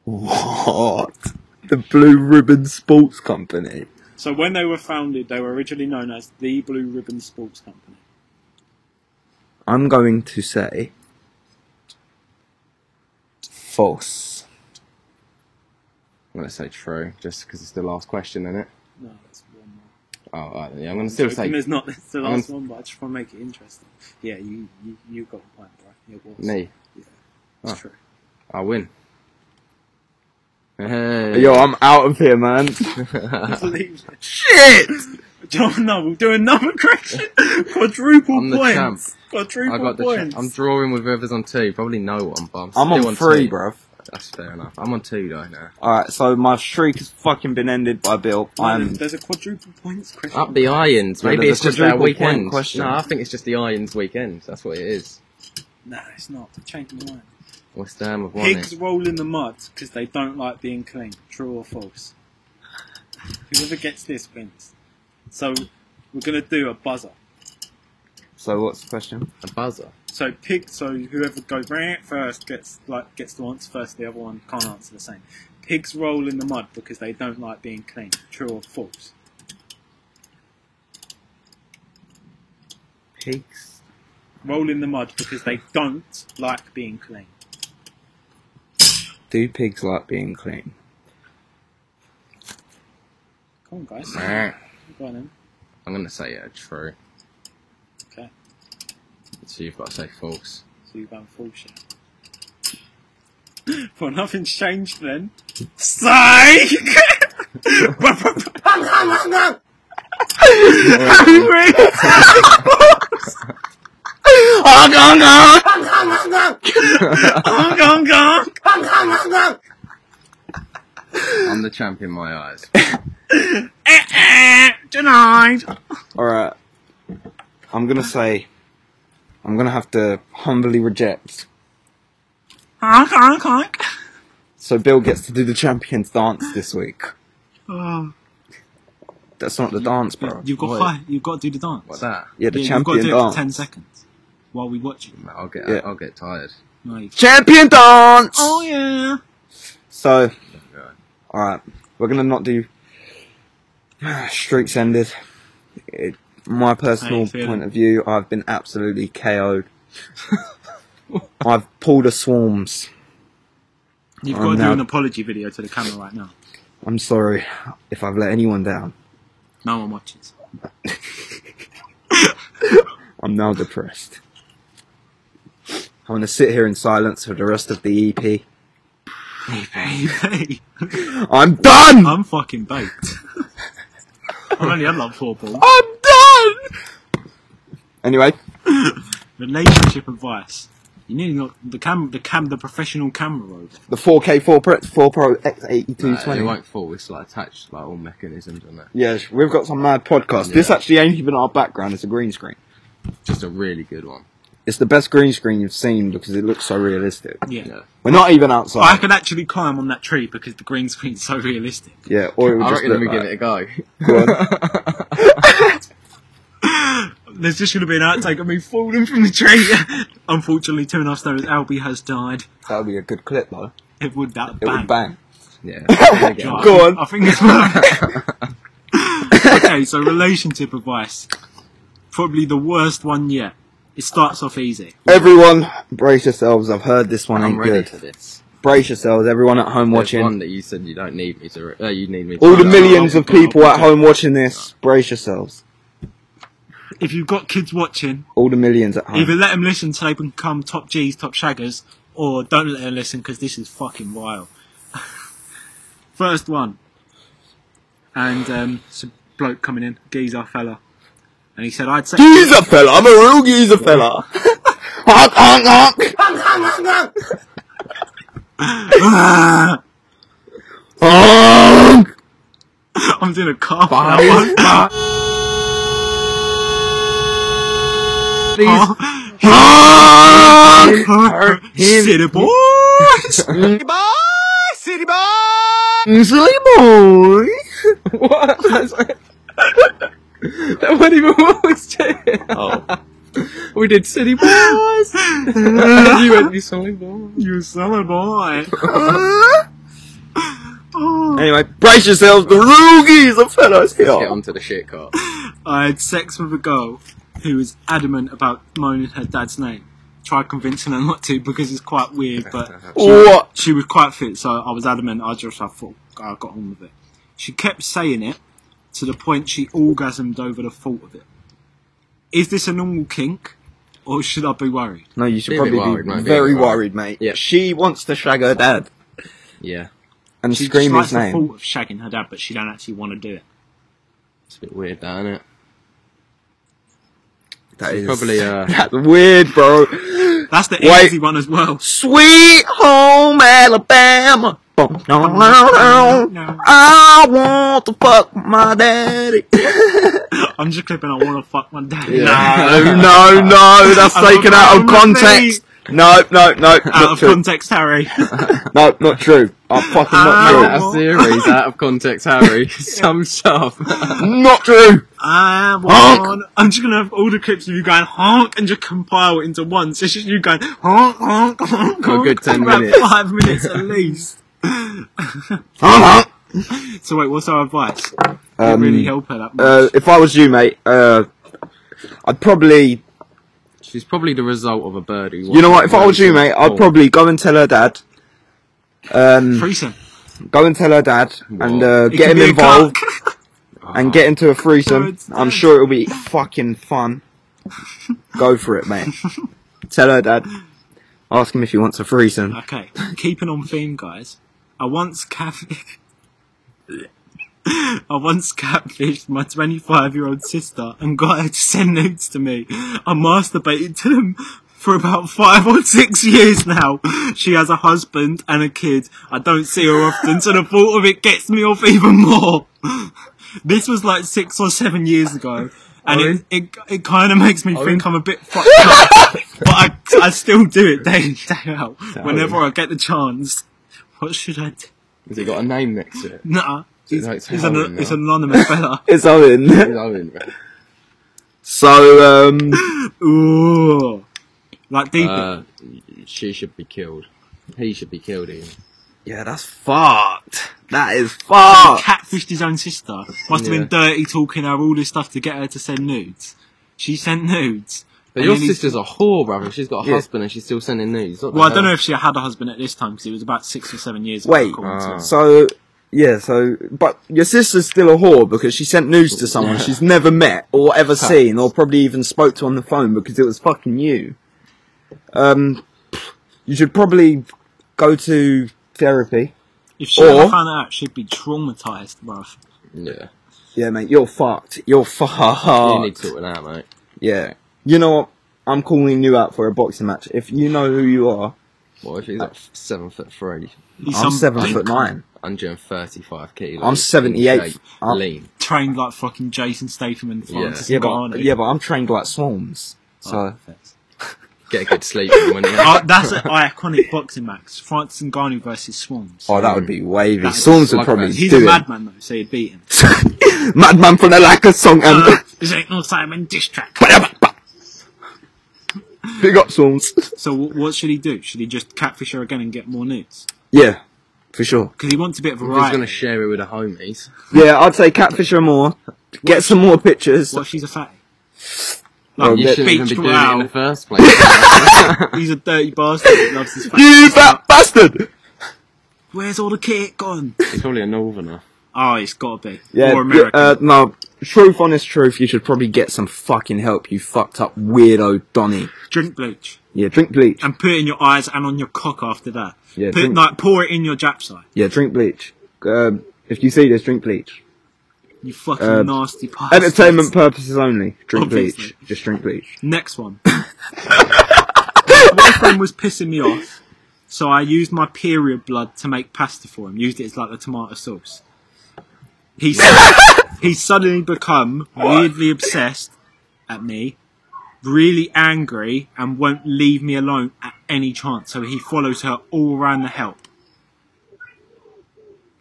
what? The Blue Ribbon Sports Company. So when they were founded, they were originally known as the Blue Ribbon Sports Company. I'm going to say false. I'm gonna say true, just because it's the last question, isn't it? No, that's one more. Oh, alright, yeah, I'm gonna still Joking, say there's not it's the I'm- last one, but I just want to make it interesting. Yeah, you you, you got a point, bro. It was. me. It's Oh. true. I win. Hey. Yo, I'm out of here, man. Believe it. Shit! John, no, we'll do another correction. Quadruple I'm the points. champ. Quadruple I got the. points. Ch- I'm drawing with whoever's on two. Probably no one, but I'm, I'm still on three, two. bruv. That's fair enough. I'm on two though now. Alright, so my streak has fucking been ended by Bill. Um, I'm. there's, there's a quadruple points question. Up the irons. Yeah, Maybe there's it's a just our quadruple point weekend. question. No, I think it's just the irons weekend. That's what it is. No, it's not. Change my mind. West Ham have won Pigs it. roll in the mud because they don't like being clean. True or false? Whoever gets this wins. So we're gonna do a buzzer. So what's the question? A buzzer. So pig. So whoever goes rant first gets like gets to answer first. The other one can't answer the same. Pigs roll in the mud because they don't like being clean. True or false? Pigs. Roll in the mud because they don't like being clean. Do pigs like being clean? Come on, guys. Meh. Go on, then. I'm gonna say yeah, true. Okay. So you've got to say false. So you've gone false. yeah. Well, nothing's changed then. Psych! Hungry! Honk, honk, honk! Honk, honk, honk! I'm the champ in my eyes. Eh, eh, Denied! Alright. I'm gonna say, I'm gonna have to humbly reject. Honk, honk, honk! So Bill gets to do the champions dance this week. Oh, That's not the dance, bro. you've got Wait. five. You've got to do the dance. What's that? Yeah, the you've got to champion do it for dance. ten seconds while we watch it. I'll get Yeah. I'll get tired. Like, Champion dance! oh yeah. So, Right. alright, we're gonna not do streaks ended. It, my personal feeling? point of view, I've been absolutely KO'd. I've pulled a swarms. You've I'm got to do now- an apology video to the camera right now. I'm sorry if I've let anyone down. No one watches. I'm now depressed. I'm gonna sit here in silence for the rest of the E EP. I'm done! I'm fucking baked. I've only had like four balls. I'm done! Anyway, Relationship advice. You nearly got the cam, the cam, the professional camera over. the 4K 4 Pro, 4 Pro X8220. Nah, it won't fall. It's like attached, like all mechanisms on it. Yes, we've got some mad podcast. This Yeah. actually ain't even our background, it's a green screen. Just a really good one. It's the best green screen you've seen because it looks so realistic. Yeah. Yeah. We're not even outside. Ah. I could actually climb on that tree because the green screen's so realistic. Yeah, or it would I just reckon look we like, give it a go. God. There's just going to be an outtake of me falling from the tree. Unfortunately, two and a half stars, Albie has died. That would be a good clip though. It would that It bang. would bang. Yeah. We'll get God, one. Go on. I think it's worth it. Okay, so relationship advice. Probably the worst one yet. It starts off easy. Everyone, brace yourselves. I've heard this one I'm ain't ready good. for this. Brace yourselves, everyone at home There's watching. one that you said you don't need me to. Re- uh, you need me. To All the No, millions I'll- of people I'll- at home watching this, brace yourselves. If you've got kids watching, All the millions at either home. let them listen so they can become top G's, top shaggers, or don't let them listen because this is fucking wild. First one. And um, some bloke coming in, geezer fella. And he said, I'd say. Geezer fella, I'm a real geezer fella. honk, honk, honk. Ah. honk. I'm doing a car for that one. Please, Honk! City boys! City boy! City boy! City boy! what? That's like- that wasn't even what was it. Oh. We did City Boys. you went, you saw me, boy. You silly boy. anyway, brace yourselves, the rookies of fellas here. Get onto the shit cart. I had sex with a girl who was adamant about moaning her dad's name. Tried convincing her not to because it's quite weird, but What? she was quite fit, so I was adamant. I just I thought I got on with it. She kept saying it to the point she orgasmed over the thought of it. Is this a normal kink, or should I be worried? No, you should Be a probably bit be worried, mate, be a very bit worried. worried, mate. Yeah. She wants to shag her dad Yeah, and She scream just likes his the name. thought of shagging her dad, but she don't actually want to do it. it's a bit weird, that, isn't it? That It's probably uh, That's weird, bro. That's the Wait. easy one as well. Sweet home Alabama. No, no, no, No. I want to fuck my daddy. I'm just clipping. I want to fuck my dad. No, no, no, that's I'm taken out of on my context. No, no, no, Out not of true. context, Harry. No, not true. I'm fucking Ah. not out of series, out of context, Harry. Some stuff. true. Not true. I want. I'm just gonna have all the clips of you going honk and just compile it into one. So it's just you going honk, honk, honk, honk. For a good 10 for about minutes. Five minutes at least. Uh-huh. So wait, what's our advice? Didn't Um, really help her that much. Uh, if I was you, mate, uh, I'd probably, She's probably the result of a bird who. you know what? If I wasn't was you, mate, I'd born. probably go and tell her dad. Um, Threesome. go and tell her dad and uh, It get could him be a involved. cock. and get into a threesome. Good I'm stuff. sure it'll be fucking fun. Go for it, mate. Tell her dad. Ask him if he wants a threesome. Okay, keeping on theme, guys. I once cat. I once catfished my 25 year old sister and got her to send nudes to me. I masturbated to them for about five or six years now. She has a husband and a kid. I don't see her often, so the thought of it gets me off even more. This was like six or seven years ago, and it, it, it kind of makes me think I'm a bit fucked up but I, I still do it day in day out whenever I get the chance. What should I do? Has it got a name next to it? Nah, he's, like it's he's an, Halloween it's now. an anonymous fella. It's Owen. It's Owen, right? so, um, Ooh, like deep. Uh, she should be killed. He should be killed. Ian. yeah, that's fucked. That is fucked. catfished his own sister. Must have Yeah. been dirty talking her all this stuff to get her to send nudes. She sent nudes. But and your then he's- sister's a whore, brother. She's got a Yeah. husband and she's still sending news. Well, I don't know if she had a husband at this time because it was about six or seven years ago. Wait. according to- Ah. So, yeah, so, but your sister's still a whore because she sent news to someone she's never met or ever seen or probably even spoke to on the phone because it was fucking you. Um, you should probably go to therapy. if she ever or- found that out, she'd be traumatized, bruv. Yeah. Yeah, mate, you're fucked. You're fucked. You need sorting out, mate. Yeah. You know what? I'm calling you out for a boxing match. If you know who you are, What if he's like seven foot three, He's I'm some seven big foot nine. 135 kilos? I'm in 78. shape, I'm- lean. Trained like fucking Jason Statham and Francis Yeah, Ngannou. but yeah, but I'm trained like swarms. Oh, Oh. So Get a good sleep in the morning. Uh, that's an iconic boxing match. Francis Ngannou versus Swans. oh, that would be wavy. That's Swarms would like probably that. He's do a it. madman though, so he'd beat him. Madman from the Lacquer song. Uh, And this ain't no Simon diss track. big up swarms. So w- what should he do? Should he just catfish her again and get more nudes? yeah, for sure. Because he wants a bit of He's variety. gonna share it with the homies. Yeah, I'd say catfish her more. Get some more pictures. what if she's a fatty? Well, Like, You Oh, Yeah. shouldn't even beach be doing it in corral. the first place. He's a dirty bastard that loves his fatty. You fat bastard! Where's all the cake gone? He's probably a northerner. Oh, it's gotta be. Yeah, or American. uh, no. Truth, honest truth. You should probably get some fucking help. You fucked up weirdo, Donny. Drink bleach. Yeah, drink bleach. And put it in your eyes and on your cock after that. Yeah, put, drink- like, pour it in your japsai. Yeah, drink bleach. Um, if you see this, drink bleach. You fucking Uh, nasty bastard. Entertainment purposes only. Drink Obviously. bleach. Just drink bleach. Next one. my friend was pissing me off, so I used my period blood to make pasta for him. Used it as like the tomato sauce. He sud- he's suddenly become weirdly obsessed at me, really angry, and won't leave me alone at any chance. So he follows her all around the help.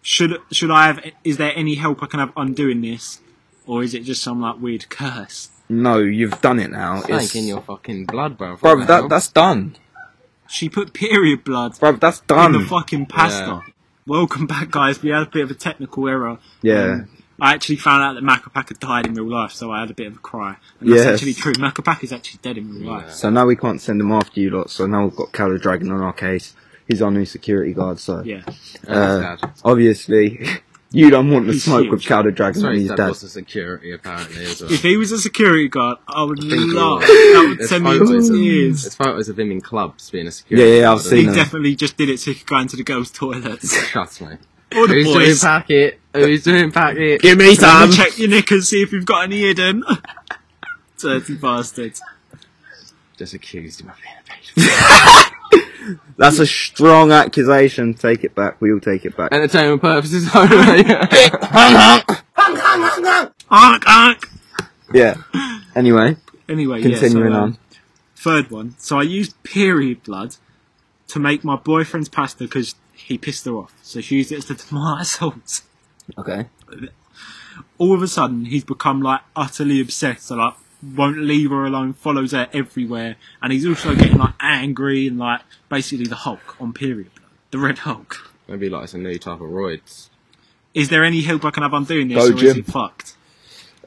Should should I have? Is there any help I can have undoing this, or is it just some like weird curse? No, you've done it now. It's- Like in your fucking blood, bro. Bruv, that, that's done. She put period blood Bruv, that's in done. the fucking pasta. Welcome back, guys. We had a bit of a technical error. Yeah. Um, I actually found out that Macapaca died in real life, so I had a bit of a cry. And that's Yes. actually true. Macapaca is actually dead in real life. so now we can't send him after you lot, so now we've got Calo Dragon on our case. He's our new security guard, so. Yeah. Uh, that's dad. obviously, you don't want to He's smoke huge. with Calo Dragon when Sorry, he's dad dead. was a security apparently as well. If he was a security guard, I would think he love was. that would There's send me photos into of- tears. There's photos of him in clubs being a security. Yeah, yeah, I've guard. seen He no. definitely just did it so he could go into the girls' toilets. Trust me. All the Who's doing boys. packet? Who's doing packet? Give me Let some! me check your knickers, see if you've got any hidden. Dirty bastards. Just accused him of being a paedophile. That's a strong accusation. Take it back. We all take it back. Entertainment purposes only. Ark, ark. yeah. Anyway, Anyway, continuing yeah, so, um, on. Third one. So I used period blood to make my boyfriend's pasta because he pissed her off. So she used it as the tomato sauce. Okay. All of a sudden, he's become like utterly obsessed. So like, won't leave her alone. Follows her everywhere, and he's also getting like angry and like basically the Hulk on period blood, the Red Hulk. Maybe like it's a new type of roids. Is there any help I can have undoing this, Go, or is Jim. he fucked?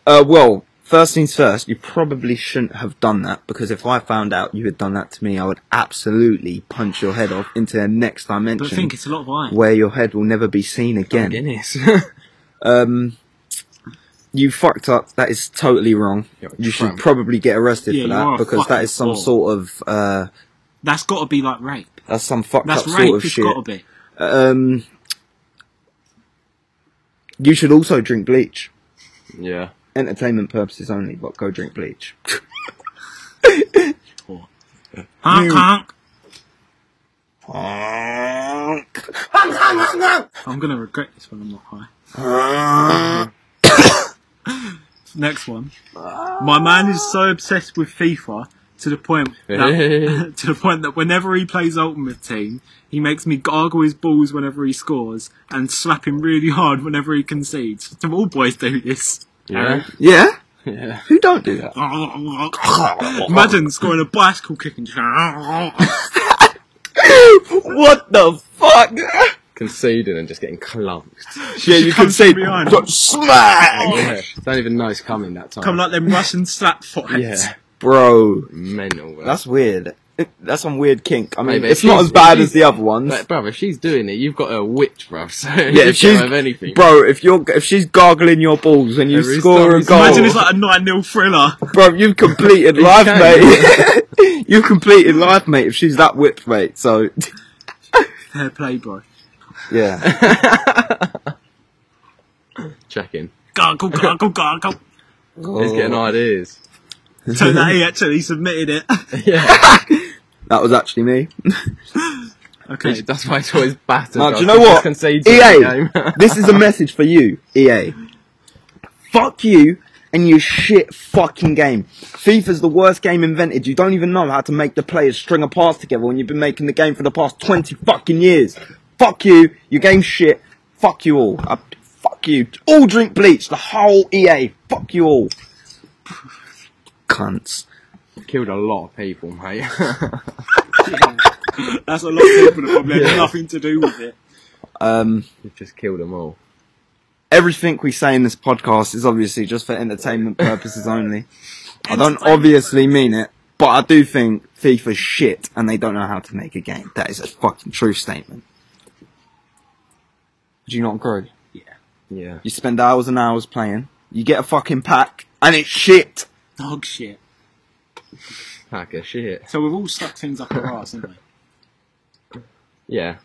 Uh, well, first things first, you probably shouldn't have done that because if I found out you had done that to me, I would absolutely punch your head off into the next But I dimension think it's a lot of iron. where your head will never be seen again. Guinness. You fucked up. That is totally wrong. You're a You should tramp. probably get arrested Yeah, for you are that a because that fucking is some whore. sort of uh, That's got to be like rape. That's some fucked That's up rape. sort of it's shit. got to be. Um, you should also drink bleach. Yeah. Entertainment purposes only, but go drink bleach. Or, honk, honk. I'm gonna regret this when I'm not high. Next one. My man is so obsessed with FIFA to the point that, to the point that whenever he plays Ultimate Team, he makes me gargle his balls whenever he scores and slap him really hard whenever he concedes. Do all boys do this? Yeah. yeah? Yeah. Who don't do that? Imagine scoring a bicycle kick and just what the fuck? Conceding and just getting clunked. yeah, you can comes see from behind. got smack, Yeah. Don't even know it's coming that time. come like them Russian slap fights. Yeah. bro. Mental. Bro. That's weird. It- That's some weird kink. I mean, Maybe. it's not She's- as bad as she's- the other ones. Like, bruv, if she's doing it, you've got her whipped, bruv. So yeah, you if she's can't have anything. bro, if you're if she's gargling your balls and you Every score a story's- goal, Imagine it's like a 9 0 thriller. bro, you've completed life, can, mate. you've completed life, mate. If she's that whipped, mate. So Fair play, bro. yeah, Checking. Gargle, gargle, gargle. Oh. He's getting ideas. So that he actually submitted it. Yeah. that was actually me. Okay. That's why it's always battered. Now, do bruv, you know because what? Concedes EA, every game. this is a message for you, EA. Fuck you and your shit fucking game. FIFA's the worst game invented. You don't even know how to make the players string a pass together when you've been making the game for the past 20 fucking years. Fuck you, your game's shit. Fuck you all. I, fuck you. All drink bleach, the whole EA. Fuck you all. Cunts. killed a lot of people, mate. That's a lot of people that probably had nothing to do with it. You've just killed them all. everything we say in this podcast is obviously just for entertainment purposes only. I don't obviously mean it, but I do think FIFA's shit and they don't know how to make a game. That is a fucking true statement. Do you not agree? Yeah. You spend hours and hours playing, you get a fucking pack, and it's shit. Dog shit. Pack of shit. So we've all stuck things up our arse, haven't we? Yeah.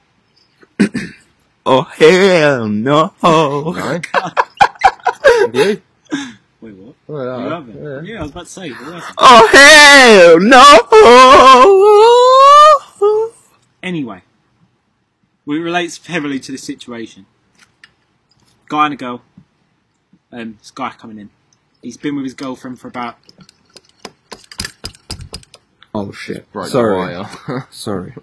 Oh hell no. No. you? Wait, what? Well, You uh, haven't? Yeah. yeah. I was about to say. we haven't. Oh hell no. Anyway, well, it relates heavily to this situation. Guy and a girl. Um, this guy coming in. He's been with his girlfriend for about. Oh shit. Broke the Sorry. wire. Sorry.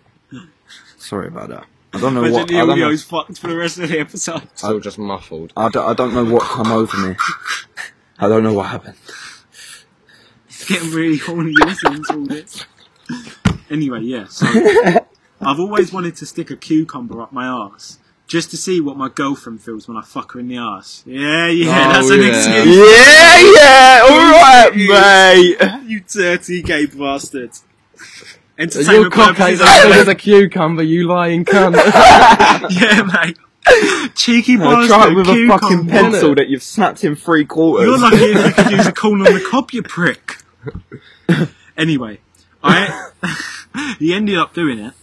Sorry about that. I don't know Imagine what. the I don't know. audio's fucked for the rest of the episode. Still just muffled. I don't, I don't know what come over me. I don't know what happened. It's getting really horny listening to all this. Anyway, yeah, so I've always wanted to stick a cucumber up my arse just to see what my girlfriend feels when I fuck her in the arse. Yeah, yeah, Oh, that's an yeah. excuse. Yeah, yeah, alright, mate. You dirty gay bastard. Your Entertainment cock ain't purposes as big as only. a cucumber, you lying cunt. Yeah, mate. Cheeky bastard. Try it with a cucumber. fucking pencil that you've snapped in three quarters. You're lucky if you could use a corn on the cob, you prick. anyway, I he ended up doing it,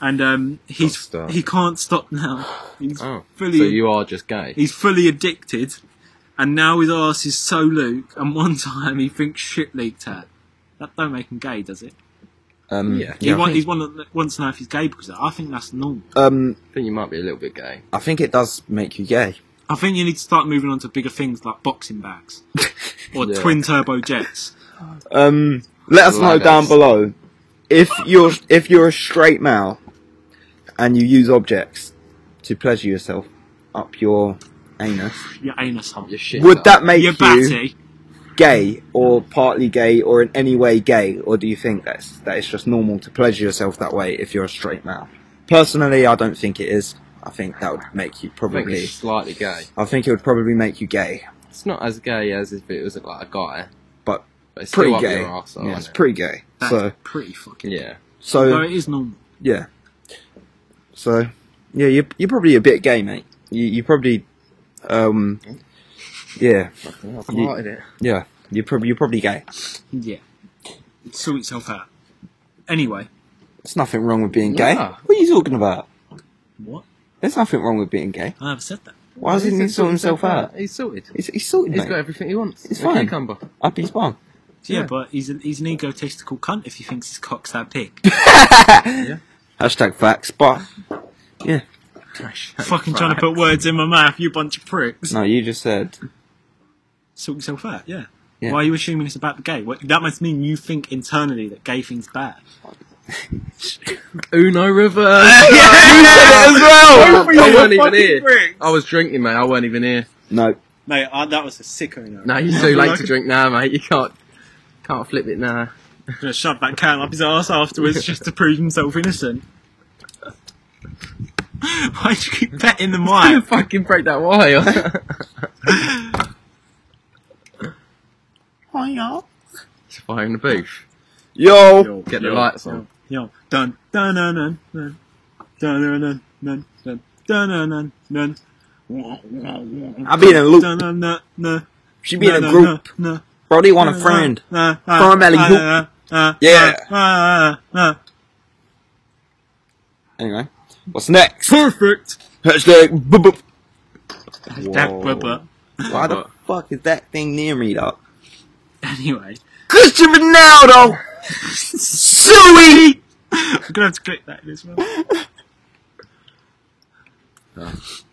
and um, he's Got stuck. he can't stop now. He's oh. So fully you are just gay. he's fully addicted, and now his arse is so Luke. And one time he thinks shit leaked out. That don't make him gay, does it? um, Yeah. He wa- he's one that wants to know if he's gay because of that. I think that's normal. um, I think you might be a little bit gay. I think it does make you gay. I think you need to start moving on to bigger things like boxing bags or Yeah. twin turbo jets. Um, let us know Like down us. below if you're if you're a straight male and you use objects to pleasure yourself up your anus. Your anus hole. Your shit. Would that make Your you batty. gay or partly gay or in any way gay, or do you think that's that it's just normal to pleasure yourself that way if you're a straight male? Personally, I don't think it is. I think that would make you I think probably. it's slightly gay. I think it would probably make you gay, It's not as gay as if it was like a guy, but but it's pretty still gay. up your arsehole, yeah, isn't it's it? pretty gay. That's So pretty fucking. Yeah. No, so it is normal. yeah, so yeah, you're you're probably a bit gay, mate. You you probably um yeah I've lighted it. yeah you're probably you're probably gay. Yeah. Sort itself out. Anyway, There's nothing wrong with being gay. Nah. What are you talking about? What? There's nothing wrong with being gay. I never said that. Why doesn't he He's sort himself out? He's sorted. He's, he's sorted, He's mate. got everything he wants. It's A fine. Cucumber. Up his bum. Yeah, Yeah. but he's an, he's an egotistical cunt if he thinks his cock's that big. Hashtag facts, but yeah. Fucking trying to put words in my mouth, you bunch of pricks. No, you just said Sort yourself out, yeah. Yeah. Why are you assuming it's about the gay? What, that must mean you think internally that gay thing's bad. Uno reverse. as well. I weren't even fucking here. pricks. I was drinking, mate. I weren't even here. No, Mate, I, that was a sicko note. No, you're too late to drink now, mate. You can't can't flip it now. Gonna shove that can up his ass afterwards just to prove himself innocent. Why do you keep petting the I mic? fucking break that wire. it's a fire in the booth. yo, Get the lights on. Yo, dun dun dun dun dun dun dun dun dun dun dun dun dun. I be in a loop. Dun, dun, dun, dun. she be in Dun, a dun, group, dun, dun. bro. They want a friend. Uh, From Ellie Hoop. Yeah. Anyway, what's next? Perfect. Hashtag. bup, bup. That Whoa. rubber. Why the fuck is that thing near me, though? Anyway, Christian Ronaldo, Suey. I'm gonna have to click that in as well.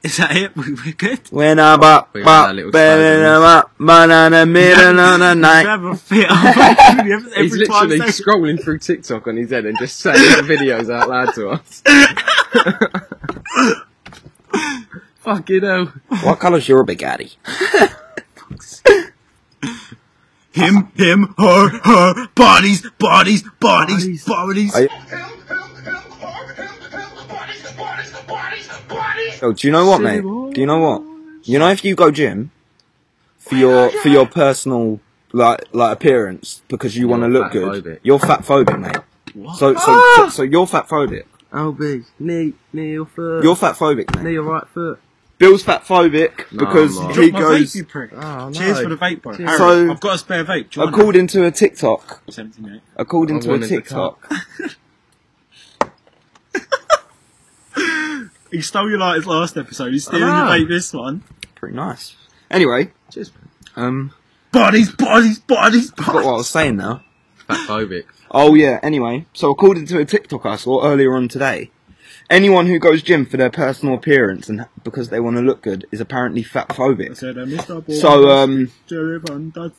Is that it? We- We're good. When I bop We got that bop, little baby, slogan. bop, banana, middle of the night. Grab a fit. every, He's every five literally seconds. scrolling through TikTok on his head and just saying the videos out loud to us. fucking hell. What colour's your bagatti? Him, him, her, her, bodies, bodies, bodies, Bodies. bodies. Are you- Yo, Oh, do you know what, mate? Do you know what? You know, if you go gym for your for your personal like like appearance because you want to look good, fatphobic. you're fat phobic, mate. What? So so so, so you're fat phobic. Oh, big. Knee, knee, your foot. You're fat phobic, mate. your right foot. Bill's fat phobic No, because I'm not. he Drop my vape, goes. you prick. Oh, no. Cheers for the vape, bro. Cheers. Harry, So- I've got a spare vape. Do you want it? According to a TikTok, 78. according I to a wanted the TikTok, He stole your lighters last episode. He's stealing your know. vape this one. pretty nice. Anyway, Cheers, um, Bodies, bodies, bodies, I forgot what I bodies. was saying now. Fat phobic. Oh yeah. Anyway, so according to a TikTok I saw earlier on today, anyone who goes gym for their personal appearance and because they want to look good is apparently fat phobic. So, then Mr. Ball- So um, "Uh, Jerry Van Dyke.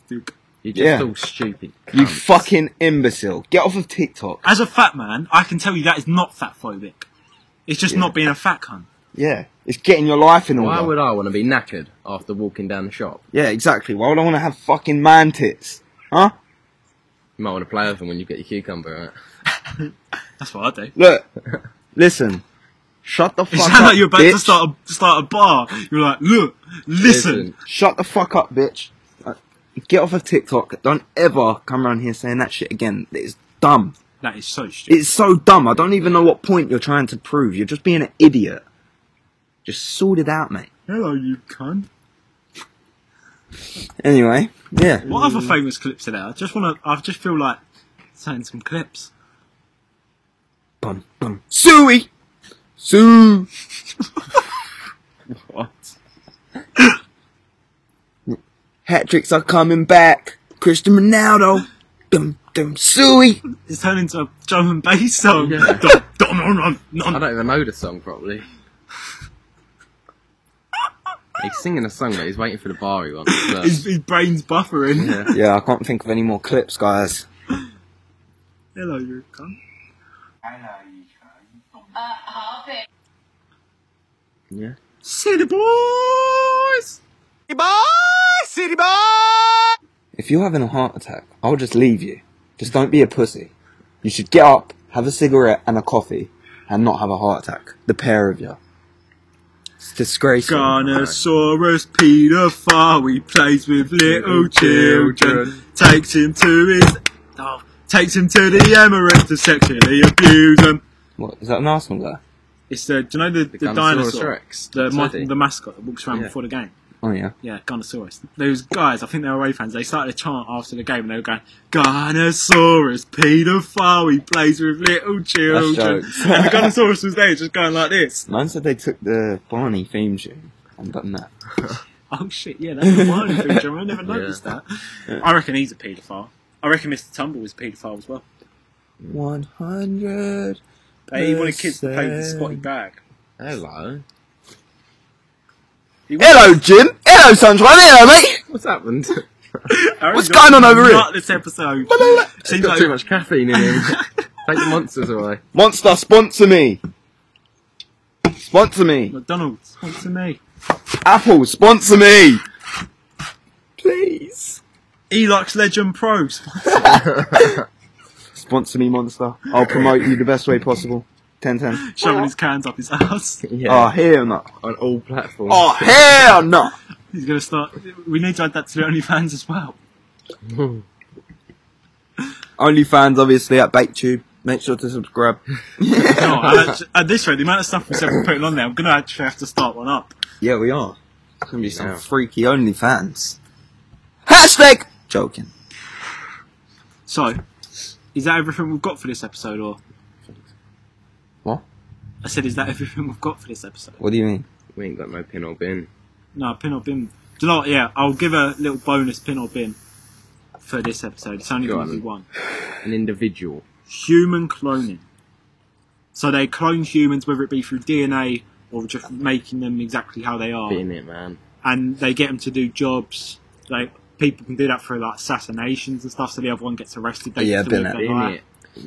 You're just Yeah. all stupid. you fucking imbecile, get off of TikTok. As a fat man, I can tell you that is not fat phobic. It's just Yeah. not being a fat cunt. Yeah, it's getting your life in order. Why would I want to be knackered after walking down the shop? yeah, exactly. Why would I want to have fucking man tits? Huh? You might want to play with them when you get your cucumber out. That's what I do. Look, listen. Shut the It fuck up. sounds like you're about bitch. to start a, start a bar. You're like, look, listen. Shut the fuck up, bitch. Uh, Get off of TikTok. Don't ever come around here saying that shit again. It's dumb. That is so stupid. It's so dumb. I don't even know what point you're trying to prove. You're just being an idiot. Just sort it out, mate. Hello, you cunt. Anyway, yeah. What other famous clips are there? I just want to. I just feel like saying some clips. Bum, bum. Suey! Sue! What? Hat tricks are coming back. Christian Ronaldo. Dum dum suey. It's turned into a drum and bass song. Yeah. Dun, dun, dun, dun, dun. I don't even know the song properly. he's singing a song, but he's waiting for the bar he wants. to His, serve. his brain's buffering. Yeah. Yeah, I can't think of any more clips, guys. Hello, you cunt. yeah. City boys. If you're having a heart attack, I'll just leave you. Just don't be a pussy. You should get up, have a cigarette and a coffee, and not have a heart attack. The pair of you. It's disgraceful. Gonosaurus paedophile, he plays with little children. Takes him to his. Oh, takes him to the Emirates to sexually abuse him. What is that an Arsenal guy? It's the. Do you know the, the, Ganosaurus dinosaur? Rex. The, That's ma- it. the mascot that walks around Yeah. before the game. Oh yeah. Yeah, Gonosaurus. Those guys, I think they were away fans, they started a chant after the game and they were going, Gonosaurus, paedophile, he plays with little children. jokes. and the Gonosaurus was there just going like this. Mine said they took the Barney theme tune and done that. Oh shit, yeah, that's the Barney feature, I never noticed that. I reckon he's a paedophile. I reckon Mr. Tumble was a paedophile as well. One hundred. Hey, he wanted kids to play with the spotty bag. Hello. He wanted- Hello, Jim. Hello, sunshine. Hello, mate. What's happened? Aaron what's got going on over here? nut This episode He's seems got like too much caffeine in him. Take the monsters away. Monster, sponsor me. Sponsor me. McDonald's. Sponsor me. Apple, sponsor me. Please. Elox Legend Pro. Sponsor me, Monster. I'll promote you the best way possible. 1010. Shoving his cans up his ass. Oh, hell no. On all platforms. Oh, hell no. He's gonna start. We need to add that to the OnlyFans as well. OnlyFans, obviously, at BaitTube. Make sure to subscribe. No, I'll actu- at this rate, the amount of stuff we said we're putting on there, I'm gonna actually have to start one up. Yeah, we are. It's gonna be some Yeah. freaky OnlyFans. Hashtag! Joking. So, is that everything we've got for this episode, or What? I said, is that everything we've got for this episode? What do you mean? We ain't got no pin or bin. No, pin or bin. Do you know what? Yeah, I'll give a little bonus pin or bin for this episode. It's only Go gonna on be then. one. An individual. human cloning. So they clone humans, whether it be through DNA or just making them exactly how they are, Being it, man. and they get them to do jobs. Like people can do that through like assassinations and stuff. So the other one gets arrested. They get Yeah, to been live it. their Being life. it.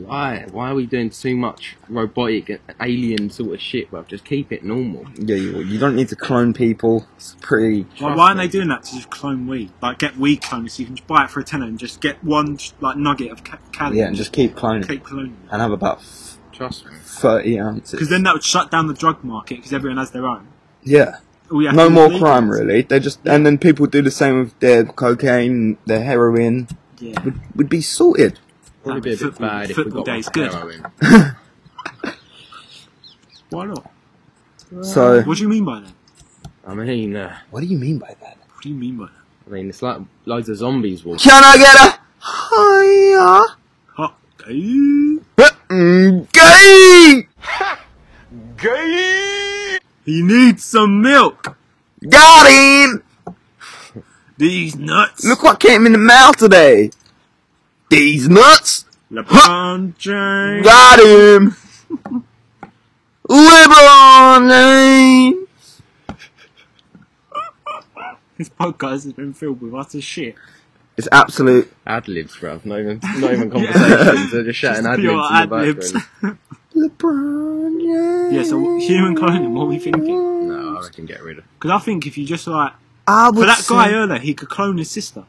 Why? Why are we doing too much robotic, alien sort of shit, bruv? Just keep it normal. Yeah, you, you don't need to clone people. It's pretty. Why, Trust why aren't me. they doing that to just clone weed? Like get weed cloned so you can just buy it for a tenner and just get one like nugget of ca- cadmium. Yeah, and just keep cloning. keep cloning. And have about f- Trust me. 30 Because ounces. then that would shut down the drug market because everyone has their own. Yeah. All you have to No do is more legalize crime, it. really. They just. And then people do the same with their cocaine, their heroin. Yeah. Would, would be sorted. Probably be a bit Football- bad if we football got one day's for good. heroin. Why not? So. What do you mean by that? I mean, uh, What do you mean by that? What do you mean by that? I mean, it's like loads of zombies walking. Can I get a higher Hot day. button gay? He needs some milk. Got him! These nuts. Look what came in the mouth today. These nuts. LeBron James. Got him. LeBron James. This podcast has been filled with utter shit. It's absolute. Ad libs, bruv. Not even, not even conversations. They're just shouting ad pure libs in the ad-libs. background. LeBron James. Yeah, so human cloning, what are we thinking? No, I reckon get rid of. Because I think if you just like. I would For that say- guy uh, earlier, he could clone his sister.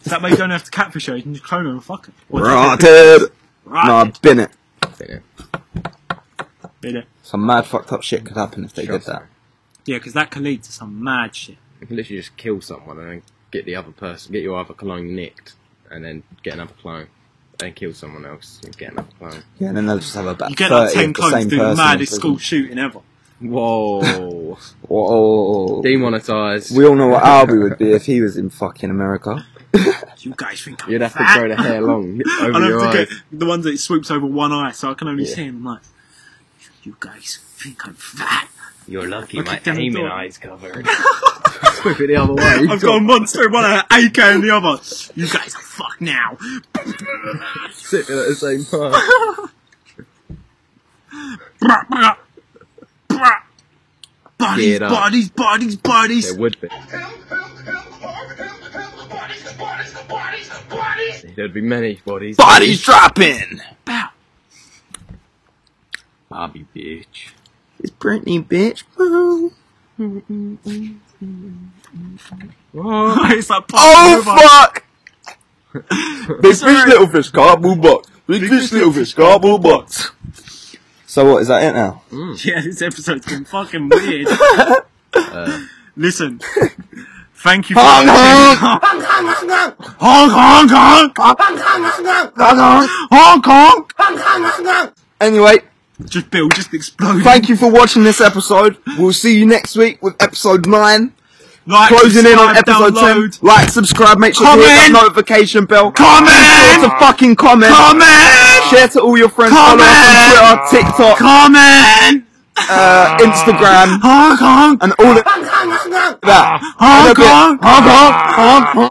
So that way you don't have to catfish her, you can just clone her and fuck her. Or take her- Rotted. No, Right. Bennett. it. Yeah, Some mad fucked up shit could happen if they did that. because that could lead to some mad shit. You can literally just kill someone and then get the other person, get your other clone nicked, and then get another clone, then kill someone else and get another clone. Yeah, and then they'll just have about You get 30 like 10 of the clones same do the person. maddest in prison. school shooting ever. Whoa! Whoa. Demonetized. We all know what Albie would be if he was in fucking America. You guys think I'm You'd have to fat? grow the hair long I'll over have your to eyes. get the ones that it swoops over one eye, so I can only Yeah. see him like, you guys think I'm fat? You're lucky, I'll my kick down the aiming door. eyes covered. Whip it the other way. I've got a monster in one eye, an AK in the other. You guys are fuck now. sick at the same time. Brah, brah. Brah. Bodies, Get up. bodies, bodies, bodies. It would be. There'd be many bodies. Bodies dropping! Bow. Bobby, bitch. It's Britney, bitch. Boo. it's like Oh, popping over. fuck! Big fish, little fish, cardboard box. Big fish, little fish, cardboard box. So what, is that it now? Yeah, this episode's been fucking weird. Listen, thank you for Honk, watching. honk! Honk, honk, honk, honk, honk. Anyway, Just Bill, just exploded. thank you for watching this episode. We'll see you next week with episode 9. Like, Closing in on subscribe, episode download. 10. Like, subscribe, make sure you hit that Comment. notification bell. Comment. Make sure to fucking comment. Comment! Share to all your friends. Follow Comment. us on Twitter, TikTok, Comment! uh, Instagram, Hong Kong! and all of that. Hong And a bit- Kong! Hong Kong, Hong Kong.